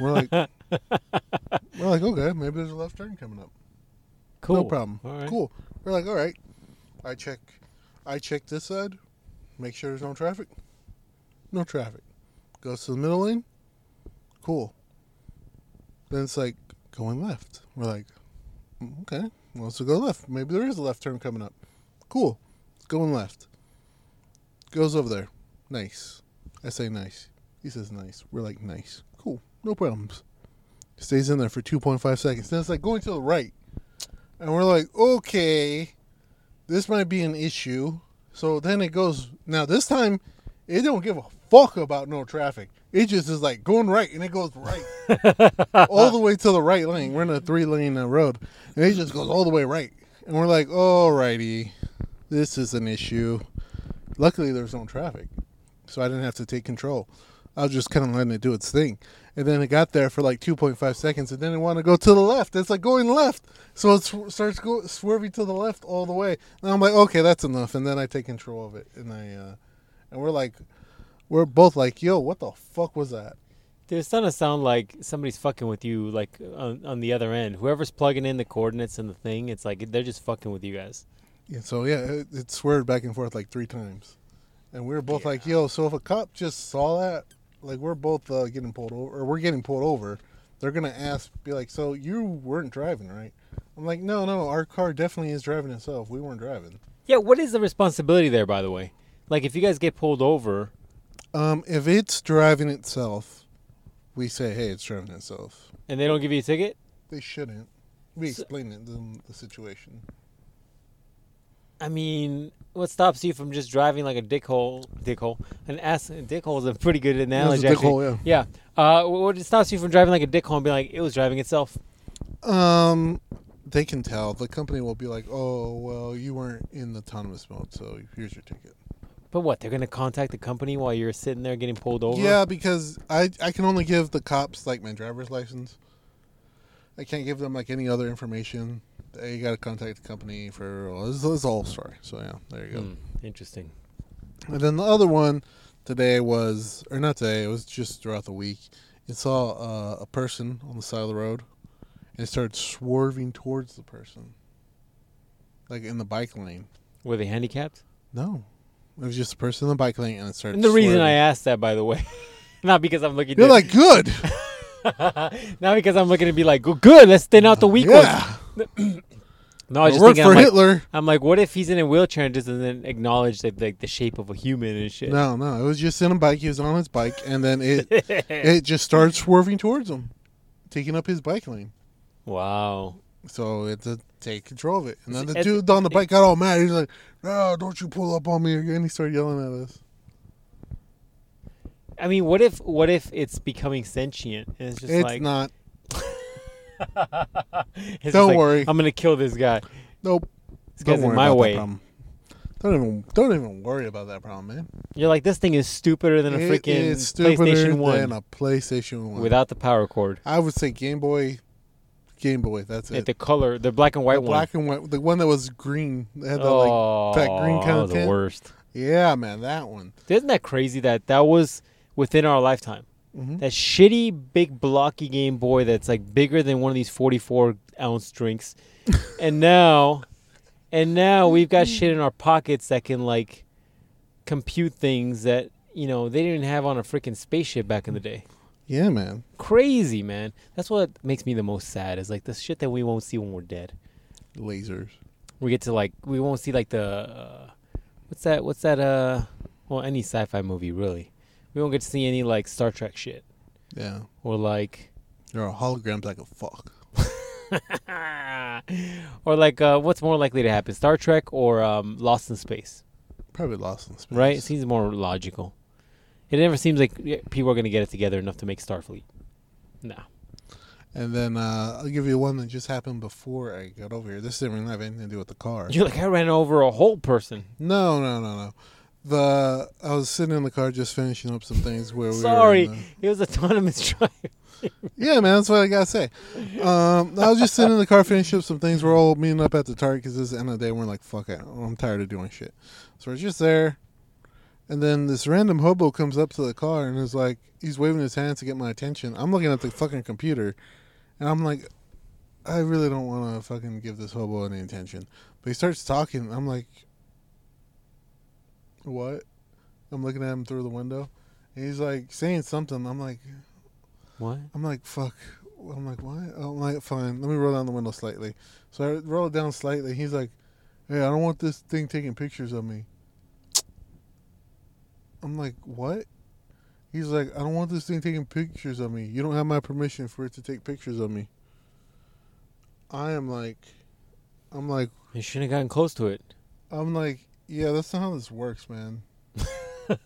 Speaker 2: We're like, we're like, okay, maybe there's a left turn coming up.
Speaker 3: cool.
Speaker 2: No problem.
Speaker 3: All right.
Speaker 2: Cool. We're like, all right. I check, I check this side, make sure there's no traffic. No traffic. Goes to the middle lane. Cool. Then it's like going left. We're like, mm, okay, well, so go left. Maybe there is a left turn coming up. Cool. It's going left. Goes over there. Nice. I say nice. He says nice. We're like nice. Cool. No problems. Stays in there for 2.5 seconds. Then it's like going to the right. And we're like, okay, this might be an issue. So then it goes. Now this time, it don't give a fuck about no traffic. It just is like going right, and it goes right all the way to the right lane. We're in a three lane uh, road, and it just goes all the way right. And we're like, alrighty, this is an issue. Luckily, there's no traffic, so I didn't have to take control. I was just kind of letting it do its thing. And then it got there for like 2.5 seconds, and then it wanted to go to the left. It's like going left, so it sw- starts go- swerving to the left all the way. And I'm like, okay, that's enough. And then I take control of it, and I, uh, and we're like, we're both like, yo, what the fuck was that?
Speaker 3: Dude, it's gonna sound like somebody's fucking with you, like on, on the other end. Whoever's plugging in the coordinates and the thing, it's like they're just fucking with you guys.
Speaker 2: Yeah, so yeah, it, it swerved back and forth like three times, and we were both like, "Yo!" So if a cop just saw that, like we're both uh, getting pulled over, or we're getting pulled over, they're gonna ask, be like, "So you weren't driving, right?" I'm like, "No, no, our car definitely is driving itself. We weren't driving."
Speaker 3: Yeah, what is the responsibility there, by the way? Like, if you guys get pulled over,
Speaker 2: Um, if it's driving itself, we say, hey, it's driving itself.
Speaker 3: and they don't give you a ticket.
Speaker 2: They shouldn't. We
Speaker 3: So-
Speaker 2: explain it to them the situation.
Speaker 3: I mean, what stops you from just driving like a dickhole? Dickhole. An ass. Dickhole is a pretty good analogy.
Speaker 2: That's a
Speaker 3: actually.
Speaker 2: dickhole,
Speaker 3: Yeah. Uh, what stops you from driving like a dickhole and being like, it was driving itself?
Speaker 2: yeah. Um, they can tell. The company will be like, oh, well, you weren't in autonomous mode, so here's your ticket.
Speaker 3: But what? They're gonna contact the company while you're sitting there getting pulled over.
Speaker 2: Yeah, because I I can only give the cops like my driver's license. I can't give them like any other information. They got to contact the company for well, this, this is the whole story. So yeah, there you go.
Speaker 3: Hmm, interesting. Hmm.
Speaker 2: And then the other one today was, or not today, it was just throughout the week. It saw uh, a person on the side of the road, and it started swerving towards the person, like in the bike lane.
Speaker 3: Were they handicapped?
Speaker 2: No, it was just a person in the bike lane, and it started.
Speaker 3: And the reason I
Speaker 2: swerving.
Speaker 3: asked that, by the way, not because I'm looking.
Speaker 2: you're
Speaker 3: to,
Speaker 2: like good,
Speaker 3: not because I'm looking to be like, "Go- good. Let's thin out the weak ones.
Speaker 2: yeah,
Speaker 3: No, I was
Speaker 2: It
Speaker 3: just
Speaker 2: worked
Speaker 3: thinking.
Speaker 2: for
Speaker 3: I'm like,
Speaker 2: Hitler.
Speaker 3: I'm like, what if he's in a wheelchair and just doesn't acknowledge that like the shape of a human and shit?
Speaker 2: No, no, it was just in a bike. He was on his bike, and then it it just started swerving towards him, taking up his bike lane.
Speaker 3: Wow.
Speaker 2: So it had to take control of it. And then the
Speaker 3: It's-
Speaker 2: dude on the bike got all mad. He's like, "No, don't you pull up on me again!" He started yelling at us.
Speaker 3: I mean, what if what if it's becoming sentient and it's just
Speaker 2: it's
Speaker 3: like
Speaker 2: not.
Speaker 3: it's just
Speaker 2: don't
Speaker 3: like,
Speaker 2: worry.
Speaker 3: I'm gonna kill this guy.
Speaker 2: Nope.
Speaker 3: This
Speaker 2: Don't
Speaker 3: guy's
Speaker 2: worry
Speaker 3: in my
Speaker 2: about
Speaker 3: way.
Speaker 2: that problem. Don't even don't even worry about that problem, man.
Speaker 3: You're like, this thing is stupider than a
Speaker 2: It
Speaker 3: freaking
Speaker 2: is stupider
Speaker 3: PlayStation
Speaker 2: than
Speaker 3: One
Speaker 2: a PlayStation One.
Speaker 3: without the power cord.
Speaker 2: I would say Game Boy, Game Boy. That's
Speaker 3: Like
Speaker 2: it.
Speaker 3: the color, the black and white
Speaker 2: The
Speaker 3: one.
Speaker 2: black and white, the one that was green. That had that, like,
Speaker 3: oh,
Speaker 2: that green
Speaker 3: that was the
Speaker 2: content.
Speaker 3: worst.
Speaker 2: yeah, man, that one.
Speaker 3: Isn't that crazy that that was within our lifetime?
Speaker 2: Mhm.
Speaker 3: That shitty big blocky Game Boy that's like bigger than one of these 44 ounce drinks, and now, and now we've got shit in our pockets that can like compute things that you know they didn't have on a freaking spaceship back in the day.
Speaker 2: Yeah, man.
Speaker 3: Crazy man. That's what makes me the most sad is like the shit that we won't see when we're dead.
Speaker 2: Lasers.
Speaker 3: we get to like we won't see like the uh, what's that what's that uh well any sci-fi movie really we won't get to see any like star trek shit
Speaker 2: Yeah.
Speaker 3: or like
Speaker 2: There are holograms like a fuck.
Speaker 3: or like uh what's more likely to happen star trek or um lost in space
Speaker 2: Probably lost in space.
Speaker 3: right it seems more logical it never seems like yeah, people are going to get it together enough to make starfleet no
Speaker 2: And then uh, I'll give you one that just happened before I got over here. This didn't really have anything to do with the car.
Speaker 3: you're like i ran over a whole person
Speaker 2: No, no, no, no. The I was sitting in the car just finishing up some things where we
Speaker 3: sorry
Speaker 2: were. in the-
Speaker 3: it was autonomous drive
Speaker 2: yeah, man, that's what I gotta say. Um, I was just sitting in the car finishing up some things. We're all meeting up at the Target because this is the end of the day. We're like, fuck it, I'm tired of doing shit. So we're just there, and then this random hobo comes up to the car and is like, he's waving his hands to get my attention. I'm looking at the fucking computer, and I'm like, I really don't want to fucking give this hobo any attention. But he starts talking. and I'm like, what? I'm looking at him through the window, and he's like saying something. I'm like.
Speaker 3: what
Speaker 2: I'm like, fuck. I'm like, what? I'm like, fine. Let me roll down the window slightly. So I roll it down slightly. He's like, hey, I don't want this thing taking pictures of me. I'm like, what? He's like, I don't want this thing taking pictures of me. You don't have my permission for it to take pictures of me. I am like, I'm like,
Speaker 3: you shouldn't have gotten close to it
Speaker 2: I'm like, yeah, that's not how this works, man. I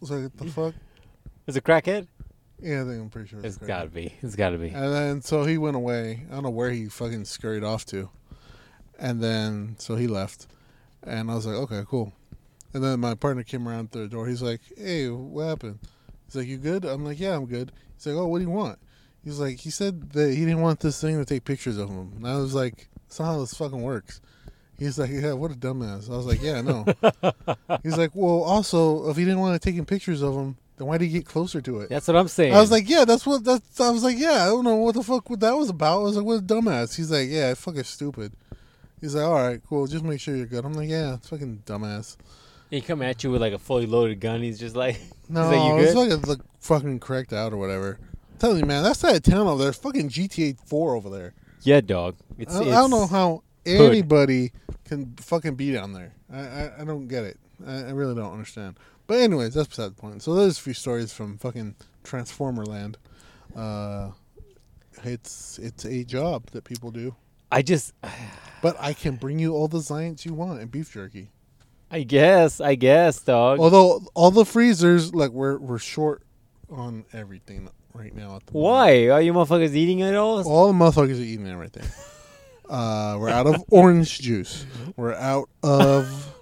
Speaker 2: was like, what the fuck?
Speaker 3: is it crackhead
Speaker 2: Yeah, I think I'm pretty sure
Speaker 3: it's
Speaker 2: crack.
Speaker 3: gotta be it's gotta be
Speaker 2: And then so he went away. I don't know where he fucking scurried off to. And then so he left. And I was like, okay, cool. And then my partner came around through the door. He's like, hey, what happened? He's like, you good? I'm like, yeah, I'm good. He's like, oh, what do you want? He's like, he said that he didn't want this thing to take pictures of him. And I was like, that's not how this fucking works. He's like, yeah, what a dumbass. I was like, yeah, I know. He's like, well, also, if he didn't want to taking pictures of him, then why did he get closer to it?
Speaker 3: That's what I'm saying.
Speaker 2: I was like, yeah, that's what that's. I was like, yeah, I don't know what the fuck what that was about. I was like, what a dumbass. He's like, yeah, fucking stupid. He's like, all right, cool. Just make sure you're good. I'm like, yeah, it's fucking dumbass.
Speaker 3: he come at you with like a fully loaded gun. He's just like,
Speaker 2: No,
Speaker 3: like, "You
Speaker 2: it's
Speaker 3: good?"
Speaker 2: fucking like fucking cracked out or whatever. I'm telling you, man, that side of town over there, it's fucking GTA Four over there.
Speaker 3: yeah, dog. It's,
Speaker 2: I, I
Speaker 3: it's
Speaker 2: don't know how anybody can fucking be down there. I, I I don't get it. I, I really don't understand. But anyways, that's beside the point. So there's a few stories from fucking Transformer Land. Uh, it's it's a job that people do.
Speaker 3: I just,
Speaker 2: But I can bring you all the science you want and beef jerky.
Speaker 3: I guess, I guess, dog.
Speaker 2: Although all the freezers, like we're we're short on everything right now. At the moment.
Speaker 3: Why are you motherfuckers eating it all?
Speaker 2: All the motherfuckers are eating everything. Uh, we're out of orange juice. We're out of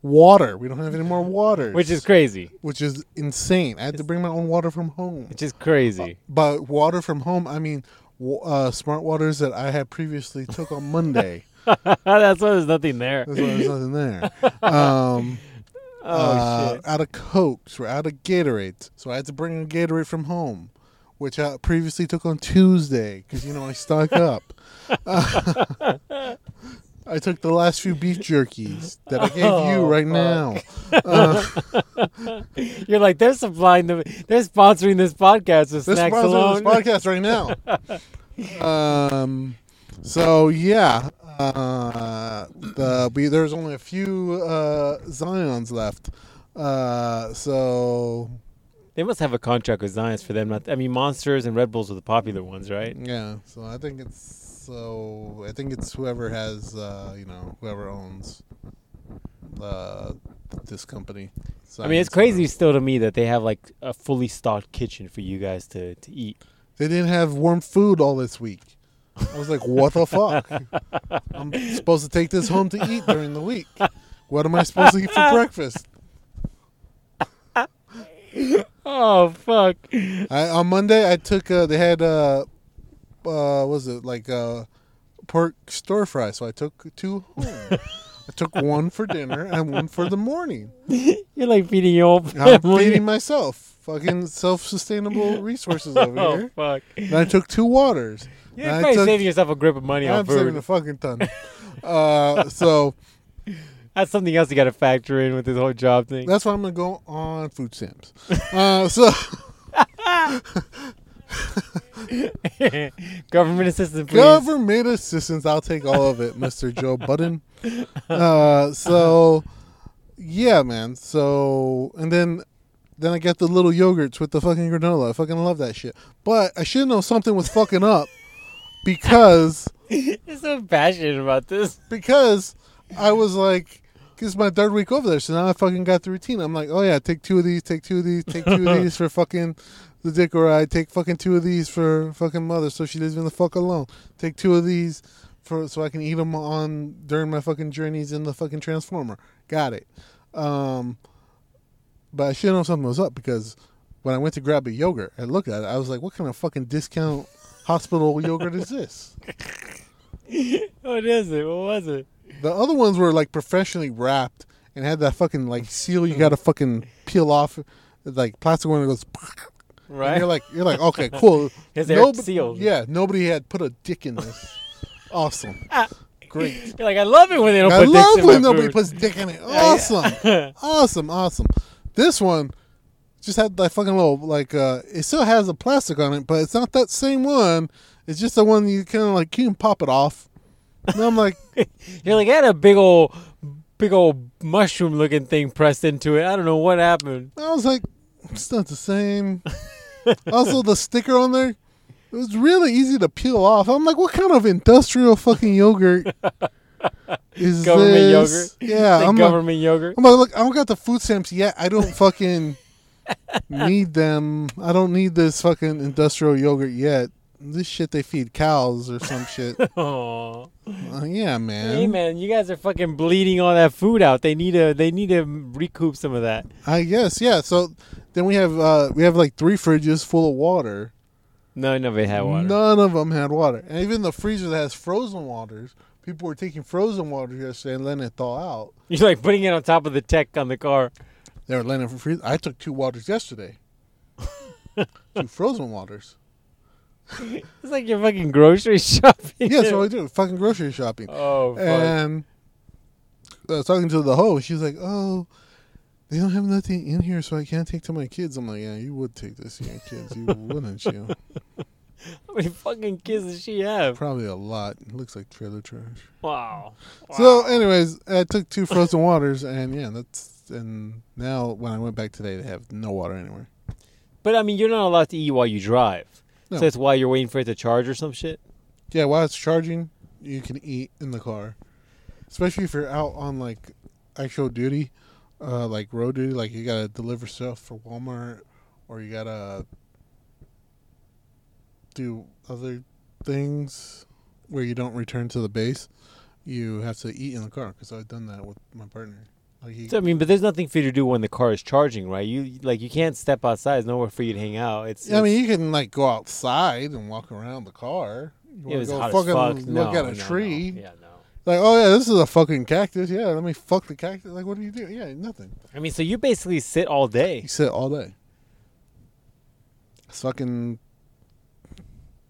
Speaker 2: water. We don't have any more water,
Speaker 3: Which is crazy.
Speaker 2: which is insane. I had to bring my own water from home.
Speaker 3: Which is crazy.
Speaker 2: By water from home, I mean wa- uh, smart waters that I had previously took on Monday.
Speaker 3: That's why there's nothing there.
Speaker 2: That's why Uh, there's nothing there. Um,
Speaker 3: Oh
Speaker 2: uh,
Speaker 3: shit.
Speaker 2: out of Cokes. We're out of Gatorade. So I had to bring a Gatorade from home, which I previously took on Tuesday because, you know, I stock up. I took the last few beef jerkies that I gave you
Speaker 3: Oh,
Speaker 2: right
Speaker 3: fuck.
Speaker 2: now.
Speaker 3: You're like they're supplying the they're sponsoring this podcast with
Speaker 2: This
Speaker 3: snacks
Speaker 2: sponsor of
Speaker 3: alone.
Speaker 2: this podcast right now. um, so yeah, uh, the we, there's only a few uh, Zion's left. Uh, so
Speaker 3: They must have a contract with Zions for them. Not, I mean, Monsters and Red Bulls are the popular ones, right?
Speaker 2: Yeah, so I think it's so I think it's whoever has uh, you know whoever owns the this company.
Speaker 3: I mean, it's crazy still to me that they have like a fully stocked kitchen for you guys to, to eat.
Speaker 2: They didn't have warm food all this week. I was like, what the fuck? I'm supposed to take this home to eat during the week. What am I supposed to eat for breakfast?
Speaker 3: Oh fuck!
Speaker 2: I, on Monday, I took uh, they had uh, uh, what was it like uh, pork stir fry, so I took two home. I took one for dinner and one for the morning.
Speaker 3: You're like feeding your whole
Speaker 2: I'm
Speaker 3: family.
Speaker 2: feeding myself. Fucking self-sustainable resources over
Speaker 3: oh
Speaker 2: here.
Speaker 3: fuck!
Speaker 2: And I took two waters.
Speaker 3: You're
Speaker 2: And I
Speaker 3: probably
Speaker 2: took-
Speaker 3: saving yourself a grip of money on
Speaker 2: I'm saving a fucking
Speaker 3: food.
Speaker 2: ton. uh, so
Speaker 3: That's something else you got to factor in with this whole job thing.
Speaker 2: that's why I'm gonna go on food stamps. Uh, so
Speaker 3: Government assistance, please.
Speaker 2: government assistance, I'll take all of it, Mister Joe Budden. Uh, so yeah, man. So and then then I get the little yogurts with the fucking granola. I fucking love that shit. But I should know something was fucking up because.
Speaker 3: You're so passionate about this.
Speaker 2: because I was like, this is my third week over there, so now I fucking got the routine. I'm like, oh yeah, take two of these, take two of these, take two of these for fucking the dick or I take fucking two of these for fucking mother, so she leaves me the fuck alone. Take two of these for so I can eat them on during my fucking journeys in the fucking transformer. Got it. Um, but I should know something was up because when I went to grab a yogurt, I looked at it. I was like, what kind of fucking discount hospital yogurt is this?
Speaker 3: What is it? What was it?
Speaker 2: The other ones were like professionally wrapped and had that fucking like seal you gotta fucking peel off like plastic one that goes and
Speaker 3: Right?
Speaker 2: you're like you're like, okay, cool.
Speaker 3: Because they're
Speaker 2: Nob-
Speaker 3: sealed.
Speaker 2: Yeah, nobody had put a dick in this. awesome. Great.
Speaker 3: You're like, I love it when they Ah. don't
Speaker 2: I
Speaker 3: put dicks
Speaker 2: love
Speaker 3: in
Speaker 2: when
Speaker 3: my
Speaker 2: nobody
Speaker 3: food.
Speaker 2: puts dick in it. Awesome. awesome, awesome. This one just had that fucking little like uh it still has a plastic on it, but it's not that same one. It's just the one you kinda like you can pop it off. And I'm like
Speaker 3: You're like, I had a big old, big old mushroom looking thing pressed into it. I don't know what happened.
Speaker 2: I was like, it's not the same. also, the sticker on there, it was really easy to peel off. I'm like, what kind of industrial fucking yogurt is
Speaker 3: Government
Speaker 2: this?
Speaker 3: yogurt?
Speaker 2: Yeah,
Speaker 3: Like
Speaker 2: I'm like,
Speaker 3: government yogurt.
Speaker 2: I'm like, look, I don't got the food stamps yet. I don't fucking need them. I don't need this fucking industrial yogurt yet. This shit they feed cows or some shit.
Speaker 3: Oh,
Speaker 2: Uh, yeah, man.
Speaker 3: hey man, you guys are fucking bleeding all that food out. They need to, they need to recoup some of that.
Speaker 2: I guess yeah. So then we have uh we have like three fridges full of water.
Speaker 3: No, nobody had water.
Speaker 2: None of them had water. And even the freezer that has frozen waters, people were taking frozen water yesterday and letting it thaw out.
Speaker 3: You're like putting it on top of the tech on the car.
Speaker 2: They were letting it for freeze. I took two waters yesterday. two frozen waters.
Speaker 3: It's like you're fucking grocery shopping.
Speaker 2: Yeah, that's what I do. Fucking grocery shopping.
Speaker 3: Oh, fuck.
Speaker 2: and I was talking to the host. She's like, oh, they don't have nothing in here, so I can't take to my kids. I'm like, yeah, you would take this to your kids. You wouldn't you?
Speaker 3: How many fucking kids does she have?
Speaker 2: Probably a lot. It looks like trailer trash.
Speaker 3: Wow.
Speaker 2: So, anyways, I took two frozen waters, and yeah, that's list, and now when I went back today, they have no water anywhere.
Speaker 3: But I mean, you're not allowed to eat while you drive.
Speaker 2: No.
Speaker 3: So that's why you're waiting for it to charge or some shit.
Speaker 2: Yeah, while it's charging, you can eat in the car, especially if you're out on like actual duty, uh, like road duty, like you gotta deliver stuff for Walmart or you gotta do other things where you don't return to the base. You have to eat in the car because I've done that with my partner. Like he,
Speaker 3: So, I mean, but there's nothing for you to do when the car is charging, right? You like you can't step outside. There's nowhere for you to hang out. It's,
Speaker 2: I mean,
Speaker 3: it's-
Speaker 2: you can like go outside and walk around the car. You
Speaker 3: it
Speaker 2: wanna
Speaker 3: was
Speaker 2: go
Speaker 3: hot
Speaker 2: fucking
Speaker 3: as fuck.
Speaker 2: look
Speaker 3: No,
Speaker 2: at a
Speaker 3: no, no.
Speaker 2: tree.
Speaker 3: Yeah, no.
Speaker 2: Like, oh yeah, this is a fucking cactus. Yeah, let me fuck the cactus. Like, what do you do? Yeah, nothing.
Speaker 3: I mean, so you basically sit all day.
Speaker 2: You sit all day. It's fucking.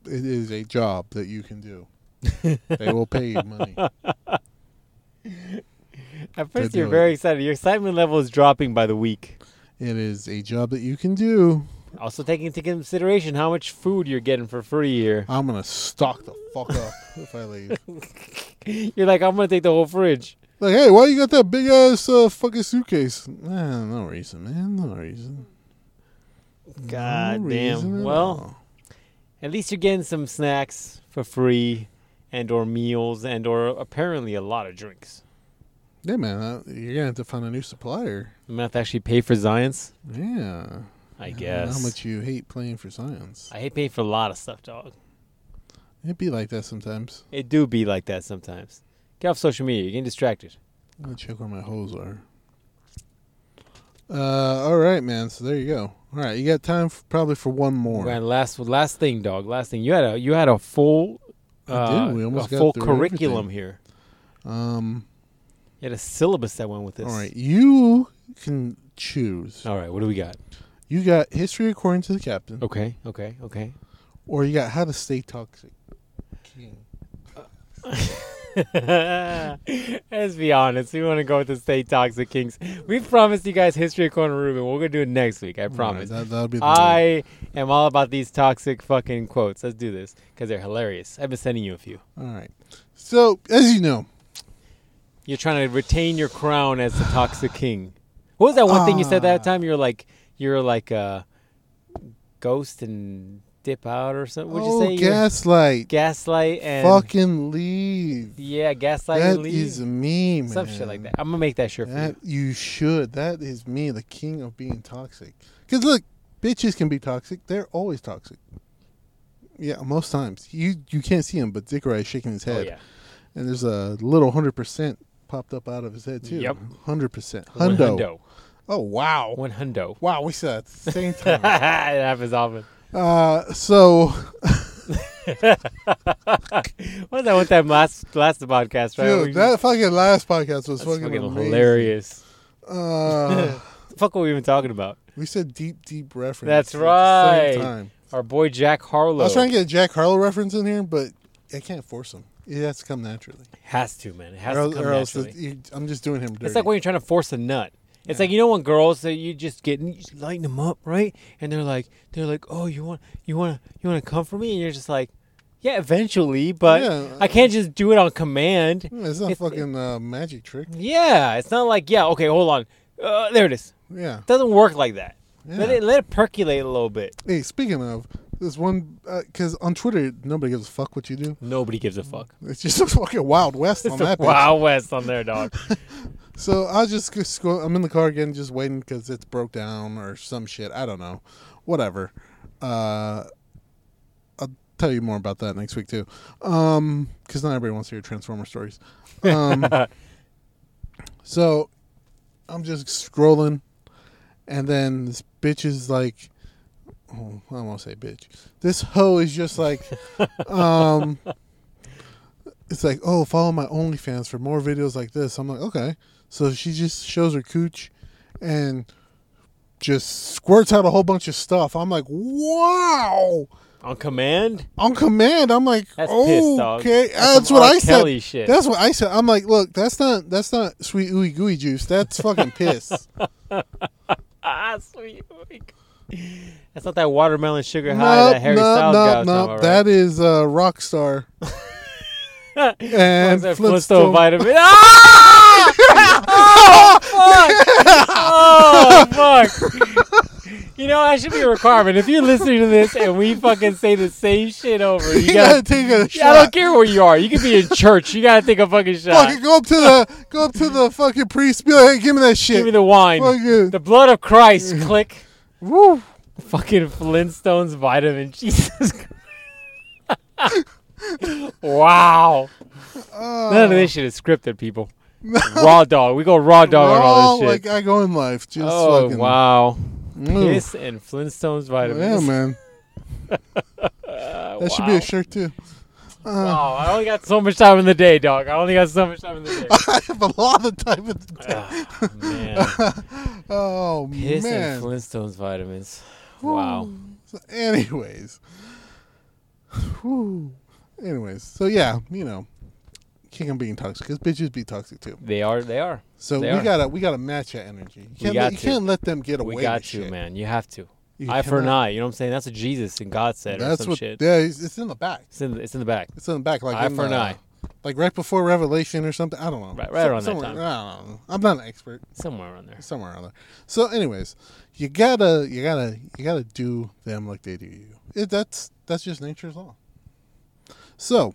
Speaker 2: It is a job that you can do. they will pay you money.
Speaker 3: At first,
Speaker 2: Good
Speaker 3: you're
Speaker 2: lord.
Speaker 3: very excited. Your excitement level is dropping by the week.
Speaker 2: It is a job that you can do.
Speaker 3: Also, taking into consideration how much food you're getting for free here.
Speaker 2: I'm gonna stock the fuck up if I leave.
Speaker 3: You're like, I'm gonna take the whole fridge.
Speaker 2: Like, hey, why you got that big ass uh, fucking suitcase? Nah, no reason, man. No reason. No
Speaker 3: God
Speaker 2: reason
Speaker 3: Ah, damn.
Speaker 2: at
Speaker 3: Well,
Speaker 2: all.
Speaker 3: at least you're getting some snacks for free, and or meals, and or apparently a lot of drinks.
Speaker 2: yeah, man. uh, You're gonna have to find a new supplier.
Speaker 3: I'm gonna have to actually pay for science.
Speaker 2: Yeah.
Speaker 3: I
Speaker 2: don't know
Speaker 3: guess.
Speaker 2: How much you hate playing for science.
Speaker 3: I hate paying for a lot of stuff, dog.
Speaker 2: It'd be like that sometimes.
Speaker 3: It do be like that sometimes. Get off social media. You're getting distracted.
Speaker 2: I'm gonna check where my holes are. Uh, all right, man. So there you go. All right, you got time for, probably for one more.
Speaker 3: Right, last last thing, dog. Last thing. You had a you had a full
Speaker 2: I
Speaker 3: uh,
Speaker 2: did. We almost
Speaker 3: a
Speaker 2: got
Speaker 3: full
Speaker 2: through
Speaker 3: curriculum
Speaker 2: everything.
Speaker 3: here.
Speaker 2: Um,
Speaker 3: You had a syllabus that went with this.
Speaker 2: all right, you can choose.
Speaker 3: All right. What do we got?
Speaker 2: You got history according to the captain,
Speaker 3: Okay. Okay. Okay.
Speaker 2: or you got how to stay toxic. King.
Speaker 3: Let's be honest. We want to go with the state toxic kings. We promised you guys history of corner Ruben. We're gonna do it next week. I
Speaker 2: All right,
Speaker 3: promise.
Speaker 2: that, that'll be the
Speaker 3: I am all about these toxic fucking quotes. Let's do this because they're hilarious. I've been sending you a few.
Speaker 2: All right. So as you know,
Speaker 3: You're trying to retain your crown as the toxic king. What was that one thing you said that time? You're like you're like a ghost and dip out or something. Would
Speaker 2: oh,
Speaker 3: you say You're
Speaker 2: gaslight,
Speaker 3: gaslight and
Speaker 2: fucking leave.
Speaker 3: yeah, gaslight
Speaker 2: That
Speaker 3: and leave
Speaker 2: is me, man.
Speaker 3: some shit like that. I'm gonna make that sure for
Speaker 2: That
Speaker 3: you.
Speaker 2: you should. That is me, the king of being toxic. Because look, bitches can be toxic. They're always toxic. Yeah, most times you you can't see him, but Zachariah is shaking his
Speaker 3: Oh
Speaker 2: head,
Speaker 3: yeah,
Speaker 2: and there's a little hundred percent popped up out of his head too.
Speaker 3: Yep.
Speaker 2: hundred percent.
Speaker 3: one
Speaker 2: Hundo.
Speaker 3: hundo,
Speaker 2: Oh wow,
Speaker 3: one hundo.
Speaker 2: wow. We said that at the same
Speaker 3: it
Speaker 2: time.
Speaker 3: happens often.
Speaker 2: uh, so
Speaker 3: What was that one time last last podcast? Right,
Speaker 2: dude,
Speaker 3: We-
Speaker 2: that fucking last podcast was
Speaker 3: that's
Speaker 2: fucking, amazing.
Speaker 3: hilarious.
Speaker 2: Uh,
Speaker 3: Fuck, what we even talking about?
Speaker 2: we said deep, deep reference.
Speaker 3: That's
Speaker 2: at the same
Speaker 3: right.
Speaker 2: time.
Speaker 3: Our boy Jack Harlow.
Speaker 2: I was trying to get a Jack Harlow reference in here, but I can't force him. It has to come naturally.
Speaker 3: Has to, man. It has
Speaker 2: Or
Speaker 3: to
Speaker 2: else-
Speaker 3: come
Speaker 2: or else
Speaker 3: naturally.
Speaker 2: it- you- I'm just doing him dirty.
Speaker 3: It's like when you're trying to force a nut. It's like you know when girls that you just get you just lighten them up, right? And they're like, they're like, oh, you want, you want, to you want to come for me? And you're just like, yeah, eventually, but
Speaker 2: Yeah.
Speaker 3: I can't just do it on command.
Speaker 2: Mm, it's not
Speaker 3: it-
Speaker 2: fucking uh, magic trick.
Speaker 3: Yeah, it's not like, yeah, okay, hold on, uh, there it is.
Speaker 2: Yeah.
Speaker 3: It doesn't work like that. Let
Speaker 2: Yeah.
Speaker 3: it let it percolate a little bit.
Speaker 2: Hey, speaking of this one, because on Twitter nobody gives a fuck what you do.
Speaker 3: Nobody gives a fuck.
Speaker 2: It's just a fucking wild west on that. bitch.
Speaker 3: Wow, West on there, dog.
Speaker 2: So I was just scroll. I'm in the car again, just waiting because it's broke down or some shit. I don't know. Whatever. Uh, I'll tell you more about that next week too. Um, because not everybody wants to hear Transformer stories. Um, so I'm just scrolling, and then this bitch is like, oh, I won't say bitch. This hoe is just like, um. It's like, oh, follow my OnlyFans for more videos like this. I'm like, okay. So she just shows her cooch and just squirts out a whole bunch of stuff. I'm like, wow.
Speaker 3: on command.
Speaker 2: On command, I'm like,
Speaker 3: That's pissed, dog.
Speaker 2: okay.
Speaker 3: That's
Speaker 2: That's,
Speaker 3: some
Speaker 2: what
Speaker 3: R.
Speaker 2: I
Speaker 3: Kelly
Speaker 2: said.
Speaker 3: shit.
Speaker 2: That's what I said. I'm like, look, that's not that's not sweet ooey gooey juice. That's fucking piss.
Speaker 3: Ah, sweet. That's not that watermelon sugar high
Speaker 2: no,
Speaker 3: that
Speaker 2: no,
Speaker 3: Harry Styles guy
Speaker 2: no,
Speaker 3: was
Speaker 2: no.
Speaker 3: talking about, right?
Speaker 2: That is uh, Rockstar and
Speaker 3: What's that
Speaker 2: Flintstone.
Speaker 3: Flintstone vitamin. Ah! oh fuck! You know that should be a requirement. If you're listening to this and we fucking say the same shit over, you
Speaker 2: You gotta
Speaker 3: gotta.
Speaker 2: take a shot.
Speaker 3: I don't care where you are. You could be in church. You gotta take a fucking shot.
Speaker 2: Fucking go up to the go up to the fucking priest. Be like, hey, give me that shit.
Speaker 3: Give me the wine.
Speaker 2: Fucking-
Speaker 3: The blood of Christ. Click.
Speaker 2: Woo.
Speaker 3: Fucking Flintstones vitamin. Jesus. Christ. wow.
Speaker 2: Oh.
Speaker 3: None of this shit is scripted, people. raw dog. We go raw dog on
Speaker 2: We're
Speaker 3: all
Speaker 2: all
Speaker 3: this shit.
Speaker 2: like I go in life. Just
Speaker 3: oh
Speaker 2: fucking.
Speaker 3: wow.
Speaker 2: Ooh.
Speaker 3: Piss and Flintstones
Speaker 2: Yeah,
Speaker 3: vitamins.
Speaker 2: man.
Speaker 3: Uh,
Speaker 2: That should be
Speaker 3: Oh, wow.
Speaker 2: a shirt too.
Speaker 3: Wow, I only got so much time in the day, dog. I only got so much time in the day.
Speaker 2: I have a lot of time. With the
Speaker 3: Ah, man.
Speaker 2: oh
Speaker 3: Piss
Speaker 2: man.
Speaker 3: and Flintstones vitamins. Wow.
Speaker 2: So anyways. Whew. Anyways, so yeah, you know, king of being toxic because bitches be toxic too.
Speaker 3: They are they are.
Speaker 2: So
Speaker 3: They
Speaker 2: we
Speaker 3: are.
Speaker 2: gotta we gotta match that energy. You can't,
Speaker 3: got
Speaker 2: let, you
Speaker 3: to.
Speaker 2: can't let them get away.
Speaker 3: We got
Speaker 2: with
Speaker 3: to,
Speaker 2: shit.
Speaker 3: man. You have to.
Speaker 2: You
Speaker 3: Eye for an
Speaker 2: cannot-
Speaker 3: eye. You know what I'm saying? That's what Jesus and God said or
Speaker 2: That's
Speaker 3: some
Speaker 2: what.
Speaker 3: shit.
Speaker 2: Yeah, it's, it's in the back.
Speaker 3: It's in, the, it's in the back.
Speaker 2: It's in the back, like
Speaker 3: Eye
Speaker 2: in
Speaker 3: for an
Speaker 2: the-
Speaker 3: eye.
Speaker 2: like right before Revelation or something. I don't know.
Speaker 3: Right- right
Speaker 2: Some-
Speaker 3: around that
Speaker 2: somewhere-
Speaker 3: time.
Speaker 2: I don't know. I'm not an expert.
Speaker 3: Somewhere around there.
Speaker 2: Somewhere or other. So, anyways, you gotta, you gotta, you gotta do them like they do you. It, that's that's just nature's law. So,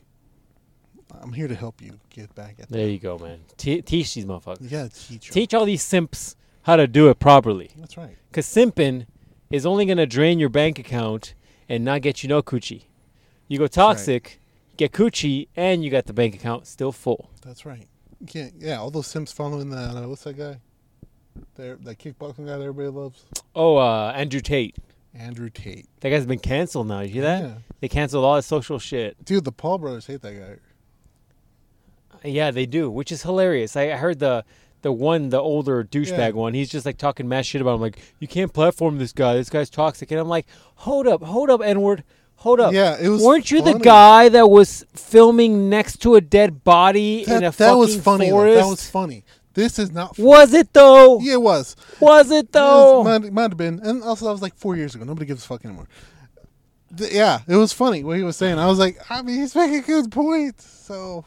Speaker 2: I'm here to help you get back at that.
Speaker 3: There you go, man. Te- teach these motherfuckers.
Speaker 2: You gotta teach. 'em.
Speaker 3: Teach all these simps how to do it properly.
Speaker 2: That's right.
Speaker 3: Because simping is only going to drain your bank account and not get you no coochie. You go toxic, get coochie, and you got the bank account still full.
Speaker 2: That's right. You can't. Yeah, all those Sims following that. Uh, what's that guy? There, that kickboxing guy that everybody loves,
Speaker 3: Oh, uh, Andrew Tate.
Speaker 2: Andrew Tate.
Speaker 3: That guy's been canceled now. You hear that?
Speaker 2: Yeah.
Speaker 3: They canceled all his social shit.
Speaker 2: Dude, the Paul brothers hate that guy.
Speaker 3: Yeah, they do, which is hilarious. I I heard the the one, the older douchebag
Speaker 2: Yeah.
Speaker 3: one. He's just like talking mad shit about him. Like, you can't platform this guy. This guy's toxic. And I'm like, hold up, hold up, Edward. Hold up.
Speaker 2: Yeah, it was
Speaker 3: Weren't you the
Speaker 2: funny.
Speaker 3: guy that was filming next to a dead body
Speaker 2: That,
Speaker 3: in
Speaker 2: that
Speaker 3: a fucking
Speaker 2: was funny. though.
Speaker 3: forest?
Speaker 2: That was funny. This is not. F-
Speaker 3: Was it though?
Speaker 2: yeah, it was.
Speaker 3: Was it
Speaker 2: It
Speaker 3: though?
Speaker 2: was- might, might have been. And also, that was like four years ago. Nobody gives a fuck anymore. Th- yeah, it was funny what he was saying. I was like, I mean, he's making good points. So,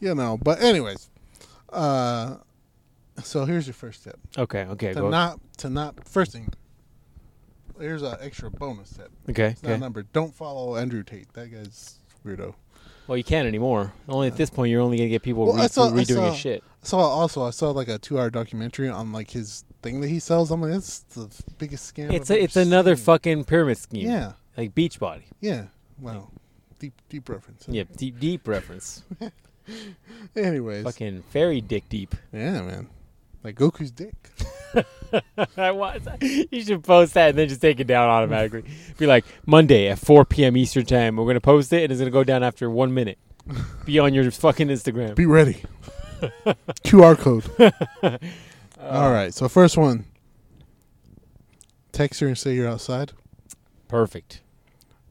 Speaker 2: you know. But anyways, uh, so here's your first tip
Speaker 3: Okay, okay,
Speaker 2: to
Speaker 3: go.
Speaker 2: not to not. First thing, here's an extra bonus tip.
Speaker 3: okay,
Speaker 2: It's not a
Speaker 3: okay.
Speaker 2: number. Don't follow Andrew Tate. That guy's weirdo.
Speaker 3: Well, you can't anymore. Only at this point, you're only gonna get people
Speaker 2: Well,
Speaker 3: re-
Speaker 2: I saw- I
Speaker 3: redoing
Speaker 2: saw-
Speaker 3: his shit.
Speaker 2: So also, I saw like a two-hour documentary on like his thing that he sells. I'm like, that's the biggest scam.
Speaker 3: It's
Speaker 2: I've
Speaker 3: a,
Speaker 2: ever
Speaker 3: it's another
Speaker 2: seen."
Speaker 3: fucking pyramid scheme.
Speaker 2: Yeah,
Speaker 3: like Beachbody.
Speaker 2: yeah. Wow, deep deep reference.
Speaker 3: Yeah, deep deep reference.
Speaker 2: Anyways,
Speaker 3: fucking fairy dick deep.
Speaker 2: yeah, man. Like Goku's dick.
Speaker 3: I was. You should post that and then just take it down automatically. Be like Monday at 4 p.m. Eastern time. We're gonna post it and it's gonna go down after one minute. Be on your fucking Instagram.
Speaker 2: Be ready. QR code. All right. So first one. Text her and say you're outside.
Speaker 3: Perfect.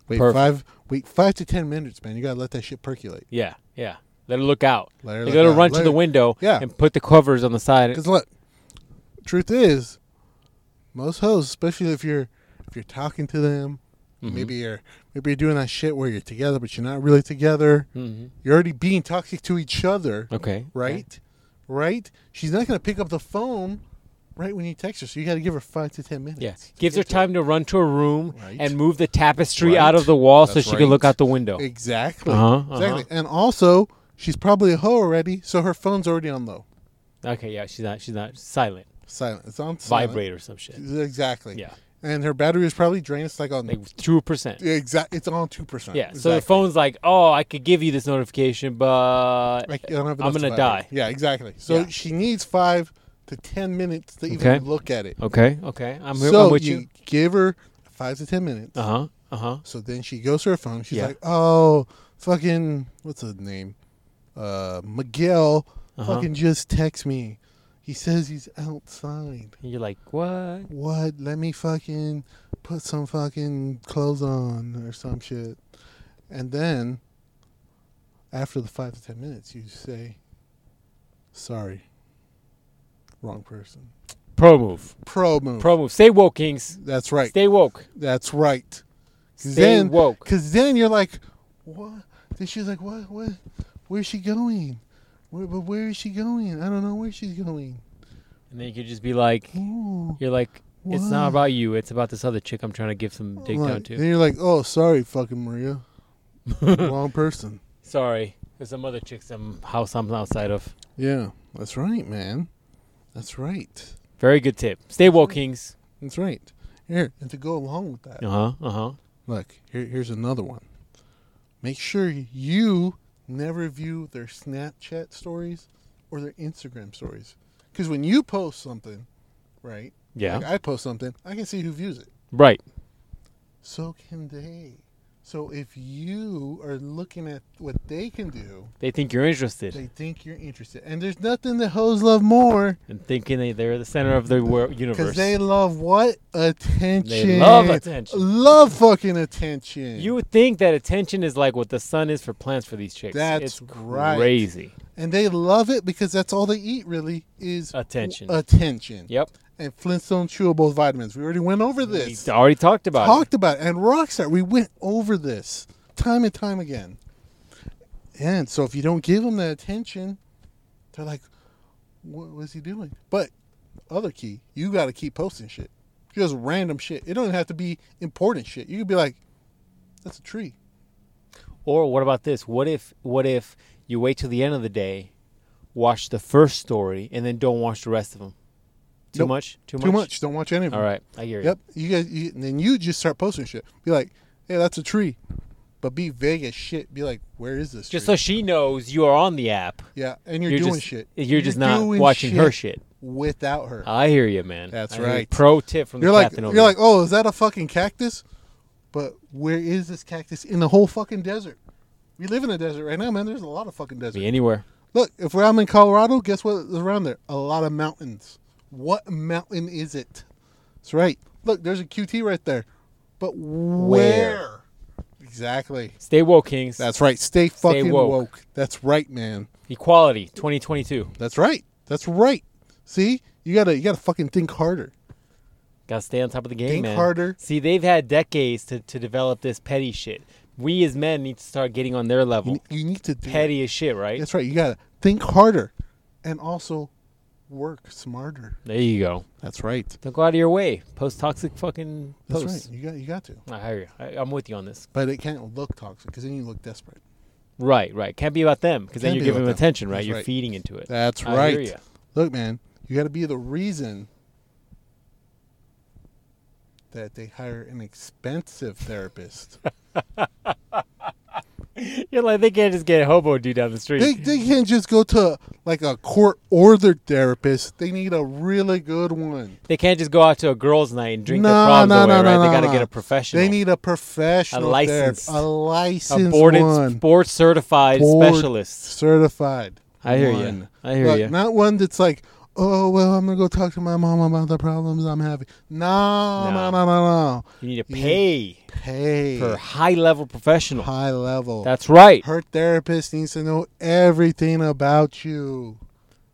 Speaker 2: Wait
Speaker 3: Perfect.
Speaker 2: five. Wait five to ten minutes, man. You gotta let that shit percolate.
Speaker 3: Yeah, yeah. Let her look out.
Speaker 2: Let her
Speaker 3: Let
Speaker 2: look
Speaker 3: her
Speaker 2: out.
Speaker 3: run
Speaker 2: Let
Speaker 3: to the
Speaker 2: her-
Speaker 3: window
Speaker 2: Yeah.
Speaker 3: and put the covers on the side.
Speaker 2: Because look, truth is, most hoes, especially if you're if you're talking to them,
Speaker 3: Mm-hmm.
Speaker 2: maybe you're maybe you're doing that shit where you're together but you're not really together.
Speaker 3: hmm
Speaker 2: You're already being toxic to each other,
Speaker 3: Okay.
Speaker 2: right? Right? She's not gonna pick up the phone right when you text her, so you got to give her five to ten minutes.
Speaker 3: Yeah.
Speaker 2: to
Speaker 3: Gives her
Speaker 2: get to it.
Speaker 3: time to run to a room
Speaker 2: Right.
Speaker 3: and move the tapestry
Speaker 2: Right.
Speaker 3: out of the wall so
Speaker 2: That's
Speaker 3: she can look
Speaker 2: right.
Speaker 3: out the window.
Speaker 2: Exactly.
Speaker 3: Uh-huh, uh-huh.
Speaker 2: Exactly. And also, she's probably a hoe already, so her phone's already on low,
Speaker 3: Okay, yeah, she's not she's not silent.
Speaker 2: silent. It's on silent.
Speaker 3: Vibrate or some shit.
Speaker 2: Exactly.
Speaker 3: Yeah.
Speaker 2: And her battery is probably drained. It's like on
Speaker 3: Like 2%.
Speaker 2: Yeah, exact. It's on two percent.
Speaker 3: Yeah. So the phone's like, "Oh, I could give you this notification, but
Speaker 2: Like, you don't have
Speaker 3: I'm
Speaker 2: enough
Speaker 3: gonna
Speaker 2: battery.
Speaker 3: die.
Speaker 2: Yeah, exactly. So
Speaker 3: Yeah.
Speaker 2: she needs five to ten minutes to even
Speaker 3: Okay.
Speaker 2: look at it.
Speaker 3: okay, okay, I'm, here,
Speaker 2: so
Speaker 3: I'm with
Speaker 2: you,
Speaker 3: you."
Speaker 2: give her five to ten minutes.
Speaker 3: Uh huh. Uh huh.
Speaker 2: So then she goes to her phone. She's
Speaker 3: Yeah.
Speaker 2: like, "Oh, fucking what's his name? Uh, Miguel.
Speaker 3: Uh-huh.
Speaker 2: Fucking just text me. He says he's outside.
Speaker 3: And you're like, "What?"
Speaker 2: What? Let me fucking put some fucking clothes on or some shit." And then after the five to ten minutes, you say, "Sorry, wrong person."
Speaker 3: Pro move.
Speaker 2: Pro move.
Speaker 3: Pro move. Stay woke, Kings.
Speaker 2: That's right.
Speaker 3: Stay woke.
Speaker 2: That's right.
Speaker 3: Stay
Speaker 2: then,
Speaker 3: woke.
Speaker 2: Because then you're like, what? Then she's like, what? What? Where's she going? Where, but where is she going? I don't know where she's going.
Speaker 3: And then you could just be like,
Speaker 2: Ooh,
Speaker 3: you're like, it's
Speaker 2: Wow.
Speaker 3: not about you. It's about this other chick I'm trying to give some dig down
Speaker 2: like,
Speaker 3: to.
Speaker 2: Then you're like, oh, sorry, fucking Maria, wrong person.
Speaker 3: Sorry, there's some other chick some house I'm outside of.
Speaker 2: Yeah, that's right, man. That's right.
Speaker 3: Very good tip. Stay woke, kings.
Speaker 2: That's right. Here, and to go along with that,
Speaker 3: Uh huh. Uh huh.
Speaker 2: look, here, here's another one. Make sure you never view their Snapchat stories or their Instagram stories. Because when you post something, right?
Speaker 3: Yeah.
Speaker 2: Like I post something, I can see who views it.
Speaker 3: Right.
Speaker 2: So can they. So if you are looking at what they can do,
Speaker 3: They think you're interested
Speaker 2: they think you're interested. And there's nothing that hoes love more
Speaker 3: and thinking they, they're the center of the world universe.
Speaker 2: because they love what? Attention.
Speaker 3: attention.
Speaker 2: Love fucking attention.
Speaker 3: you would think that attention is like what the sun is for plants for these chicks.
Speaker 2: That's
Speaker 3: it's
Speaker 2: right.
Speaker 3: crazy.
Speaker 2: and they love it because that's all they eat really is
Speaker 3: Attention.
Speaker 2: w- attention.
Speaker 3: Yep.
Speaker 2: And Flintstone chewable vitamins. We already went over this.
Speaker 3: We already talked about
Speaker 2: talked about it. and Rockstar. We went over this time and time again. And so if you don't give them that attention, they're like, "What was he doing?" But other key, you got to keep posting shit, just random shit. It don't have to be important shit. You could be like, "That's a tree."
Speaker 3: it. Or what about this? What if what if you wait till the end of the day, watch the first story, and then don't watch the rest of them? Too
Speaker 2: Nope.
Speaker 3: much. Too much.
Speaker 2: Too much. Don't watch any of them.
Speaker 3: All right. I hear you.
Speaker 2: Yep. You guys, you, and then you just start posting shit. Be like, "Hey, that's a tree," but be vague as shit. Be like, "Where is this?"
Speaker 3: Just
Speaker 2: tree?
Speaker 3: so she knows you are on the app.
Speaker 2: yeah, and you're,
Speaker 3: you're
Speaker 2: doing
Speaker 3: just-
Speaker 2: shit.
Speaker 3: you're just not watching her shit.
Speaker 2: without her.
Speaker 3: I hear you, man.
Speaker 2: That's
Speaker 3: I hear you.
Speaker 2: right.
Speaker 3: Pro tip from
Speaker 2: You're
Speaker 3: the
Speaker 2: like,
Speaker 3: captain
Speaker 2: you're
Speaker 3: over
Speaker 2: like, oh, is that a fucking cactus? But where is this cactus in the whole fucking desert? We live in a desert right now, man. There's a lot of fucking
Speaker 3: there.
Speaker 2: desert.
Speaker 3: Be anywhere.
Speaker 2: Look, if we're- I'm in Colorado, guess what is around there? A lot of mountains. What mountain is it? That's right. Look, there's a QT right there. But where? Exactly.
Speaker 3: Stay woke, kings.
Speaker 2: That's right. Stay fucking
Speaker 3: woke.
Speaker 2: woke. That's right, man.
Speaker 3: equality. 2022.
Speaker 2: That's right. That's right. See, you gotta you gotta fucking think harder.
Speaker 3: Got to stay on top of the game,
Speaker 2: Think
Speaker 3: man.
Speaker 2: harder.
Speaker 3: See, they've had decades to, to develop this petty shit. We as men need to start getting on their level.
Speaker 2: You, you need to do it.
Speaker 3: petty as shit, right?
Speaker 2: That's right. You gotta think harder, and also work smarter.
Speaker 3: There you go.
Speaker 2: That's right.
Speaker 3: Don't go out of your way. Post toxic fucking
Speaker 2: That's
Speaker 3: posts.
Speaker 2: right. You got you got to.
Speaker 3: I hear you. I, I'm with you on this.
Speaker 2: But it can't look toxic because then you look desperate.
Speaker 3: Right, right. Can't be about them because then
Speaker 2: Can't
Speaker 3: you're
Speaker 2: be
Speaker 3: giving
Speaker 2: about them.
Speaker 3: them attention, right?
Speaker 2: That's
Speaker 3: you're
Speaker 2: right.
Speaker 3: feeding into it.
Speaker 2: That's
Speaker 3: I
Speaker 2: right.
Speaker 3: Hear ya.
Speaker 2: Look, man, you got to be the reason that they hire an expensive therapist.
Speaker 3: You're like they can't just get a hobo dude down the street.
Speaker 2: they they can't just go to like a court ordered therapist. They need a really good one.
Speaker 3: They can't just go out to a girls' night and drink
Speaker 2: No,
Speaker 3: their problems
Speaker 2: no,
Speaker 3: away,
Speaker 2: no,
Speaker 3: right?
Speaker 2: no,
Speaker 3: they
Speaker 2: no,
Speaker 3: got to
Speaker 2: no.
Speaker 3: get a professional.
Speaker 2: They need a professional
Speaker 3: licensed-
Speaker 2: therapist, a licensed
Speaker 3: a boarded,
Speaker 2: one.
Speaker 3: sports certified
Speaker 2: Board
Speaker 3: specialist.
Speaker 2: certified.
Speaker 3: I hear
Speaker 2: one.
Speaker 3: you. I hear
Speaker 2: Look,
Speaker 3: you.
Speaker 2: Not one that's like, oh well, I'm gonna go talk to my mom about the problems I'm having. No, no,
Speaker 3: No.
Speaker 2: no, no, no.
Speaker 3: You need to
Speaker 2: You need
Speaker 3: pay
Speaker 2: Pay
Speaker 3: for high level professional.
Speaker 2: high level.
Speaker 3: That's right.
Speaker 2: Her therapist needs to know everything about you.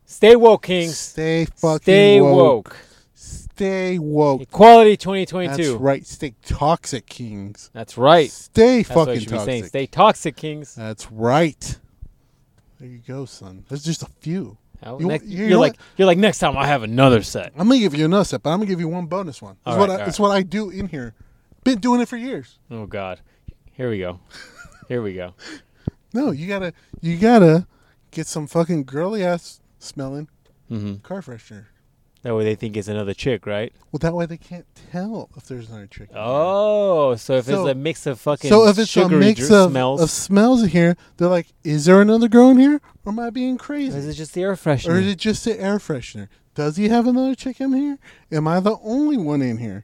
Speaker 3: Stay woke, Kings.
Speaker 2: Stay fucking
Speaker 3: Stay
Speaker 2: woke.
Speaker 3: woke.
Speaker 2: Stay woke.
Speaker 3: Equality
Speaker 2: That's
Speaker 3: 2022.
Speaker 2: right. Stay toxic, kings.
Speaker 3: That's right.
Speaker 2: Stay
Speaker 3: That's what you
Speaker 2: fucking
Speaker 3: should be saying.
Speaker 2: toxic.
Speaker 3: Stay toxic, Kings.
Speaker 2: That's right. There you go, son. There's just a few.
Speaker 3: Oh,
Speaker 2: you-
Speaker 3: next-
Speaker 2: you
Speaker 3: you're
Speaker 2: know
Speaker 3: like you're like next time I have another set.
Speaker 2: I'm gonna give you another set, but I'm gonna give you one bonus one. It's
Speaker 3: All
Speaker 2: what
Speaker 3: right,
Speaker 2: I,
Speaker 3: all
Speaker 2: it's what I do in here. Been doing it for years.
Speaker 3: Oh God, here we go. Here we go.
Speaker 2: No, you gotta you gotta get some fucking girly ass smelling
Speaker 3: Mhm.
Speaker 2: car freshener.
Speaker 3: That way they think it's another chick, right?
Speaker 2: Well, that way they can't tell if there's another trick. in here.
Speaker 3: Oh, so if
Speaker 2: So-
Speaker 3: it's a mix of fucking
Speaker 2: so if it's a
Speaker 3: sugary
Speaker 2: mix
Speaker 3: dr-
Speaker 2: of
Speaker 3: smells,
Speaker 2: smells. of smells in here, they're like, is there another girl in here, or am I being
Speaker 3: or is
Speaker 2: crazy,
Speaker 3: it just the air
Speaker 2: or is
Speaker 3: freshener?
Speaker 2: it just the air freshener? Does he have another chick in here? Am I the only one in here?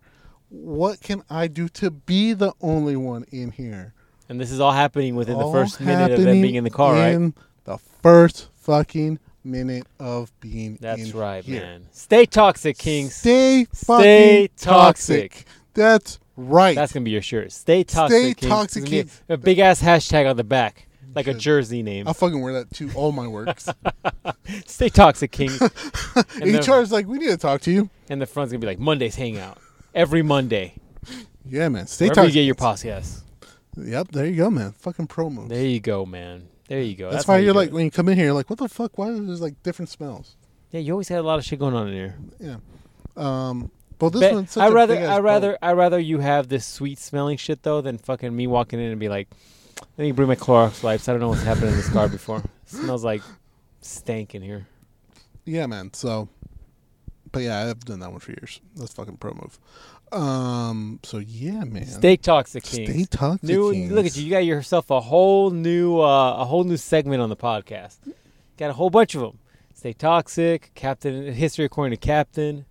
Speaker 2: What can I do to be the only one in here?
Speaker 3: and this is all happening within the
Speaker 2: all
Speaker 3: first minute of them
Speaker 2: happening
Speaker 3: being in the car, right?
Speaker 2: in The first fucking minute of being
Speaker 3: That's
Speaker 2: in
Speaker 3: right,
Speaker 2: here.
Speaker 3: man. Stay toxic, Kings.
Speaker 2: Stay fucking
Speaker 3: Stay
Speaker 2: toxic.
Speaker 3: toxic.
Speaker 2: That's right.
Speaker 3: That's gonna be your shirt. Stay toxic.
Speaker 2: Stay
Speaker 3: Kings.
Speaker 2: toxic,
Speaker 3: It's gonna be
Speaker 2: Kings.
Speaker 3: A, big ass hashtag on the back, like a
Speaker 2: should.
Speaker 3: jersey name.
Speaker 2: I'll fucking wear that to all my works.
Speaker 3: Stay toxic, Kings.
Speaker 2: and
Speaker 3: the-
Speaker 2: HR's like, we need to talk to you.
Speaker 3: and the front's gonna be like Monday's hangout every Monday.
Speaker 2: Yeah, man. Stay
Speaker 3: Wherever you
Speaker 2: toxic.
Speaker 3: get your podcast.
Speaker 2: Yep, there you go, man. Fucking pro moves.
Speaker 3: There you go, man. There you go.
Speaker 2: That's,
Speaker 3: how
Speaker 2: why
Speaker 3: you
Speaker 2: you're
Speaker 3: do
Speaker 2: like,
Speaker 3: it.
Speaker 2: when you come in here, you're like, what the fuck? Why is there like different smells?
Speaker 3: Yeah, you always had a lot of shit going on in here.
Speaker 2: Yeah. Um, but this
Speaker 3: Bet-
Speaker 2: one's such
Speaker 3: I
Speaker 2: a
Speaker 3: rather,
Speaker 2: big-ass
Speaker 3: I
Speaker 2: boat.
Speaker 3: rather, I rather you have this sweet smelling shit though than fucking me walking in and be like, "Let me bring my Clorox wipes. I don't know what's happened in this car before. smells like stank in here."
Speaker 2: Yeah, man. So, but yeah, I've done that one for years. That's fucking pro move. Um. So yeah, man.
Speaker 3: Stay toxic, Kings.
Speaker 2: Stay toxic.
Speaker 3: new.
Speaker 2: Kings.
Speaker 3: Look at you. You got yourself a whole new, uh, a whole new segment on the podcast. Got a whole bunch of them. Stay toxic, Captain History according to Captain.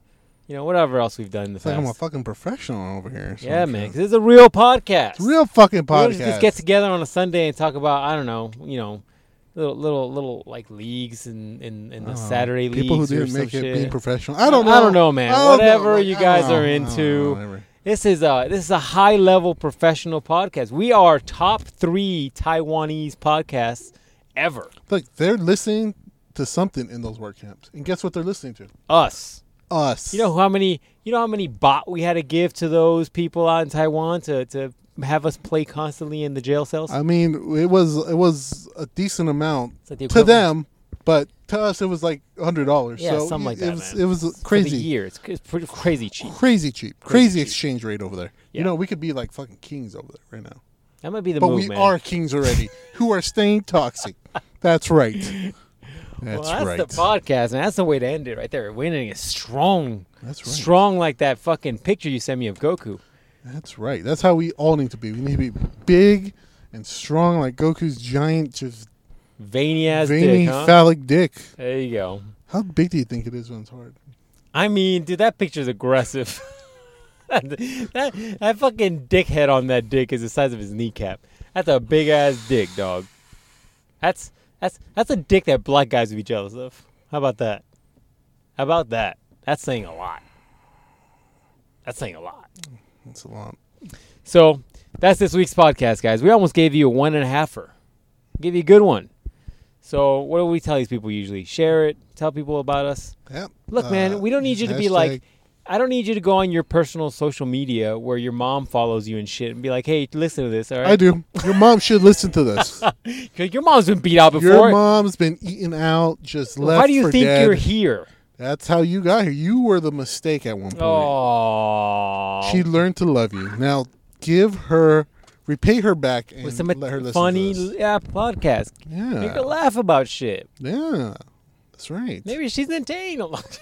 Speaker 3: You know whatever else we've done in the
Speaker 2: It's like I'm a
Speaker 3: past.
Speaker 2: fucking professional over here. or some
Speaker 3: yeah,
Speaker 2: shit.
Speaker 3: man. 'cause This is a real podcast.
Speaker 2: It's a real fucking
Speaker 3: We'll
Speaker 2: podcast.
Speaker 3: just get together on a Sunday and talk about I don't know, you know, little little little like leagues and in, in,
Speaker 2: I
Speaker 3: the
Speaker 2: don't know.
Speaker 3: Saturday
Speaker 2: people who
Speaker 3: leagues or
Speaker 2: didn't
Speaker 3: some
Speaker 2: make it
Speaker 3: shit.
Speaker 2: being professional. I don't know.
Speaker 3: I don't know, man.
Speaker 2: I don't know.
Speaker 3: Whatever
Speaker 2: Like,
Speaker 3: you
Speaker 2: I
Speaker 3: guys
Speaker 2: don't
Speaker 3: are
Speaker 2: know. I don't
Speaker 3: into.
Speaker 2: know. Whatever.
Speaker 3: this is a this is a high level professional podcast. We are top three Taiwanese podcasts ever.
Speaker 2: Look, they're listening to something in those work camps, and guess what they're listening to?
Speaker 3: Us.
Speaker 2: Us.
Speaker 3: You know how many you know how many bot we had to give to those people out in Taiwan to to have us play constantly in the jail cells?
Speaker 2: I mean, it was it was a decent amount
Speaker 3: It's like the
Speaker 2: to them,
Speaker 3: equivalent-
Speaker 2: but to us it was like hundred dollars.
Speaker 3: Yeah,
Speaker 2: so
Speaker 3: something like
Speaker 2: it
Speaker 3: that,
Speaker 2: Was,
Speaker 3: man.
Speaker 2: It was
Speaker 3: for
Speaker 2: crazy.
Speaker 3: the year. It's, it's pretty crazy cheap.
Speaker 2: crazy cheap,
Speaker 3: Crazy
Speaker 2: crazy,
Speaker 3: cheap.
Speaker 2: exchange rate over there.
Speaker 3: Yeah.
Speaker 2: You know, we could be like fucking kings over there right now.
Speaker 3: That might be the
Speaker 2: but
Speaker 3: move,
Speaker 2: we
Speaker 3: man.
Speaker 2: are kings already, who are staying toxic. That's right. That's,
Speaker 3: well, that's
Speaker 2: right.
Speaker 3: the podcast, man. That's the way to end it right there. Winning is strong.
Speaker 2: That's right.
Speaker 3: Strong like that fucking picture you sent me of Goku.
Speaker 2: That's right. That's how we all need to be. We need to be big and strong, like Goku's giant, just
Speaker 3: Veiny ass
Speaker 2: veiny
Speaker 3: dick, huh?
Speaker 2: phallic dick.
Speaker 3: there you go.
Speaker 2: How big do you think it is when it's hard?
Speaker 3: I mean, dude, that picture's aggressive. that, that, that fucking dickhead on that dick is the size of his kneecap. That's a big ass dick, dog. That's that's that's a dick that black guys would be jealous of. How about that? How about that? That's saying a lot. That's saying a lot.
Speaker 2: That's a lot.
Speaker 3: So that's this week's podcast, guys. We almost gave you a one and a halfer. Give you a good one. So what do we tell these people usually? Share it. Tell people about us.
Speaker 2: Yeah.
Speaker 3: Look, man,
Speaker 2: Uh,
Speaker 3: we don't need you to be
Speaker 2: hashtag-
Speaker 3: like. I don't need you to go on your personal social media where your mom follows you and shit and be like, "Hey, listen to this." All right,
Speaker 2: I do. Your mom should listen to this.
Speaker 3: 'Cause your mom's been beat out before.
Speaker 2: Your mom's been eaten out, just left
Speaker 3: Why do you
Speaker 2: for
Speaker 3: think
Speaker 2: dead.
Speaker 3: you're here?
Speaker 2: That's how you got here. You were the mistake at one point.
Speaker 3: Oh,
Speaker 2: She learned to love you. Now give her, repay her back, and
Speaker 3: with some
Speaker 2: let her listen
Speaker 3: funny
Speaker 2: to this.
Speaker 3: yeah, podcast. Make her
Speaker 2: Yeah,
Speaker 3: laugh about shit.
Speaker 2: yeah, that's right.
Speaker 3: Maybe she's entertained. a lot.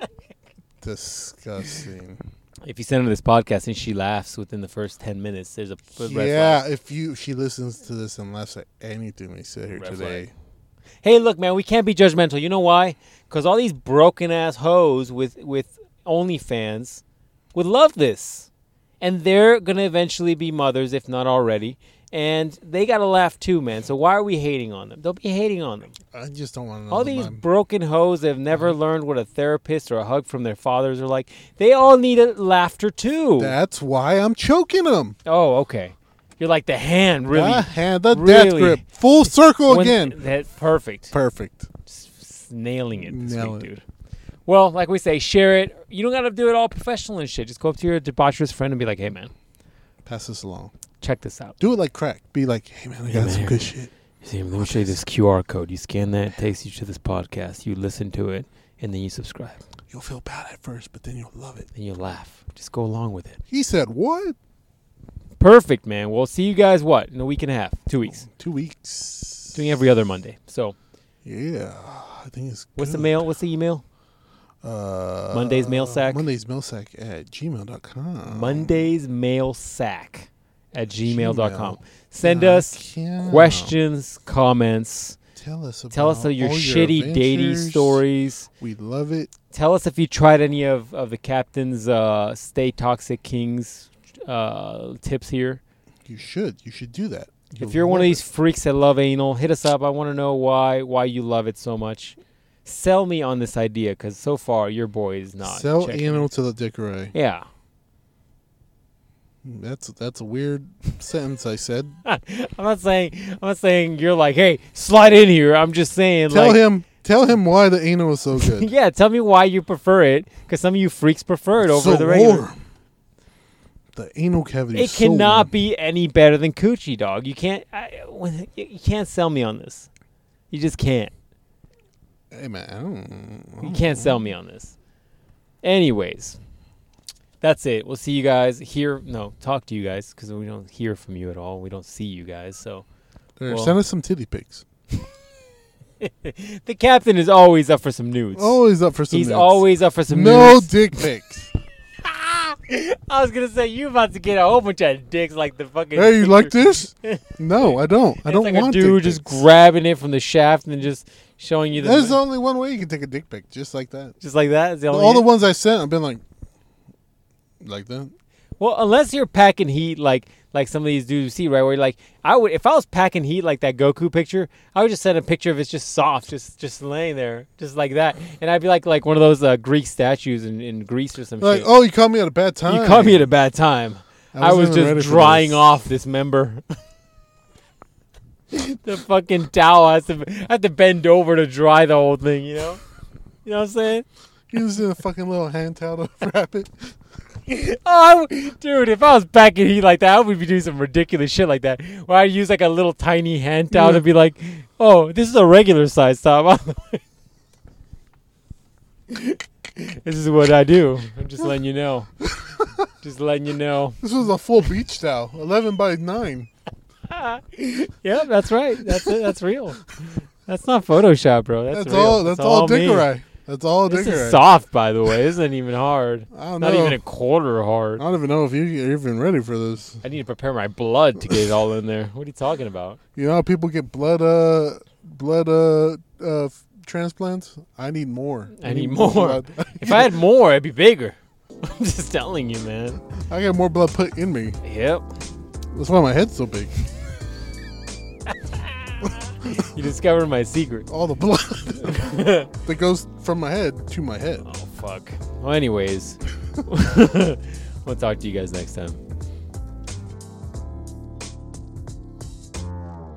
Speaker 2: Disgusting.
Speaker 3: If you send her this podcast and she laughs within the first ten minutes, there's a f- red
Speaker 2: yeah,
Speaker 3: flag.
Speaker 2: if you she listens to this and laughs at anything we said here
Speaker 3: Red
Speaker 2: today,
Speaker 3: Hey, look, man, we can't be judgmental. You know why? Because all these broken ass hoes with with OnlyFans would love this, and they're gonna eventually be mothers, if not already, and they gotta laugh too, man. So why are we hating on them? Don't be hating on them.
Speaker 2: I just don't want to.
Speaker 3: All these broken hoes that have never learned what a therapist or a hug from their fathers are like. They all need a laughter too.
Speaker 2: that's why I'm choking them.
Speaker 3: oh, okay. You're like the hand, really.
Speaker 2: I had the death
Speaker 3: really-
Speaker 2: grip full circle
Speaker 3: When-
Speaker 2: again.
Speaker 3: That's perfect.
Speaker 2: Perfect.
Speaker 3: s- nailing it this
Speaker 2: Nail
Speaker 3: week,
Speaker 2: it.
Speaker 3: dude. Well, like we say, share it. You don't gotta do it all professional and shit. Just go up to your debaucherous friend and be like, "Hey, man,
Speaker 2: Pass this along.
Speaker 3: check this out.
Speaker 2: Do it like crack. Be like, hey man, I got
Speaker 3: man,
Speaker 2: some
Speaker 3: here.
Speaker 2: good shit.
Speaker 3: See, let me show you this QR code. You scan that, it takes you to this podcast. You listen to it, and then you subscribe,
Speaker 2: You'll feel bad at first, but then you'll love it.
Speaker 3: and you laugh. Just go along with it.
Speaker 2: He said, what?
Speaker 3: Perfect, man. We'll see you guys what in a week and a half, two weeks.
Speaker 2: Two weeks.
Speaker 3: Doing every other Monday. So,
Speaker 2: Yeah, I think it's.
Speaker 3: what's the
Speaker 2: good.
Speaker 3: mail? What's the email?
Speaker 2: Uh,
Speaker 3: Monday's mail sack?
Speaker 2: Monday's mail sack at gmail.com.
Speaker 3: Monday's mail sack at gmail.com.
Speaker 2: Gmail.
Speaker 3: Send
Speaker 2: Dot
Speaker 3: us
Speaker 2: com.
Speaker 3: questions, comments.
Speaker 2: Tell us about
Speaker 3: Tell us all your
Speaker 2: Uh, all
Speaker 3: shitty dating
Speaker 2: adventures.
Speaker 3: stories.
Speaker 2: We love it.
Speaker 3: Tell us if you tried any of, of the captain's uh, stay toxic kings uh, tips here.
Speaker 2: You should. You should do that. You'll
Speaker 3: if you're one of
Speaker 2: love
Speaker 3: these
Speaker 2: it.
Speaker 3: freaks that love anal, hit us up. I want to know why why you love it so much. Sell me on this idea because so far your boy is not.
Speaker 2: sell
Speaker 3: checking.
Speaker 2: anal to the dickeray.
Speaker 3: Yeah,
Speaker 2: That's that's a weird sentence I said.
Speaker 3: I'm not saying I'm not saying you're like, hey, slide in here. I'm just saying
Speaker 2: Tell
Speaker 3: like,
Speaker 2: him. Tell him why the anal is so good.
Speaker 3: yeah, tell me why you prefer it because some of you freaks prefer it over
Speaker 2: so
Speaker 3: the regular.
Speaker 2: warm. The anal cavity.
Speaker 3: It
Speaker 2: is so
Speaker 3: cannot
Speaker 2: warm.
Speaker 3: be any better than coochie dog. You can't. I, when- you you can't sell me on this. You just can't.
Speaker 2: Hey man, I don't, I
Speaker 3: You
Speaker 2: don't-
Speaker 3: can't sell me on this. Anyways, that's it. We'll see you guys here. No, talk to you guys because we don't hear from you at all. We don't see you guys. So
Speaker 2: There,
Speaker 3: well-
Speaker 2: send us some titty pics.
Speaker 3: the captain is always up for some nudes.
Speaker 2: Always up for Oh, some.
Speaker 3: he's
Speaker 2: nudes.
Speaker 3: always up for some
Speaker 2: no
Speaker 3: nudes.
Speaker 2: dick pics.
Speaker 3: I was gonna say you about to get a whole bunch of dicks like the fucking.
Speaker 2: hey, you like this? No, I don't. I
Speaker 3: It's
Speaker 2: don't
Speaker 3: like
Speaker 2: want
Speaker 3: a dude
Speaker 2: dick
Speaker 3: just
Speaker 2: pics.
Speaker 3: grabbing it from the shaft and just showing you the
Speaker 2: There's only one way you can take a dick pic, just like that.
Speaker 3: just like that. Is the only
Speaker 2: All the ones I sent, I've been like, like that.
Speaker 3: Well, unless you're packing heat like like some of these dudes you see, right? Where you're like, I would if I was packing heat like that Goku picture, I would just send a picture of it's just soft, just just laying there, just like that, and I'd be like like one of those uh, Greek statues in, in Greece or some
Speaker 2: Like,
Speaker 3: shit.
Speaker 2: oh, you caught me at a bad time.
Speaker 3: you caught me at a bad time. I,
Speaker 2: wasn't
Speaker 3: was
Speaker 2: even ready
Speaker 3: just
Speaker 2: for
Speaker 3: drying
Speaker 2: this.
Speaker 3: off this member. the fucking towel has to I have to bend over to dry the whole thing, you know. You know what I'm saying?
Speaker 2: He was in a fucking little hand towel to wrap it.
Speaker 3: Oh, I w- dude, if I was back in heat like that, I would be doing some ridiculous shit like that. Where I'd use like a little tiny hand towel to be like, oh, this is a regular size towel. this is what I do. I'm just letting you know. just letting you know.
Speaker 2: This was a full beach towel, eleven by nine.
Speaker 3: Yeah, that's right. That's it. That's real. That's not Photoshop, bro. That's,
Speaker 2: That's,
Speaker 3: real.
Speaker 2: all. That's, all,
Speaker 3: me.
Speaker 2: dickeray. That's all
Speaker 3: This
Speaker 2: dickeray.
Speaker 3: is soft, by the way. This isn't even hard.
Speaker 2: I don't
Speaker 3: Not
Speaker 2: know.
Speaker 3: even a quarter hard.
Speaker 2: I don't even know if you- you're even ready for this.
Speaker 3: I need to prepare my blood to get it all in there. What are you talking about?
Speaker 2: You know how people get blood uh blood uh uh f- transplants? I need more.
Speaker 3: I need more.
Speaker 2: blood.
Speaker 3: If I had more, it'd be bigger. I'm just telling you, man.
Speaker 2: I get more blood put in me.
Speaker 3: Yep.
Speaker 2: That's why my head's so big.
Speaker 3: You discovered my secret.
Speaker 2: All the blood that goes from my head to my head.
Speaker 3: Oh, fuck. Well, anyways, we'll talk to you guys next time.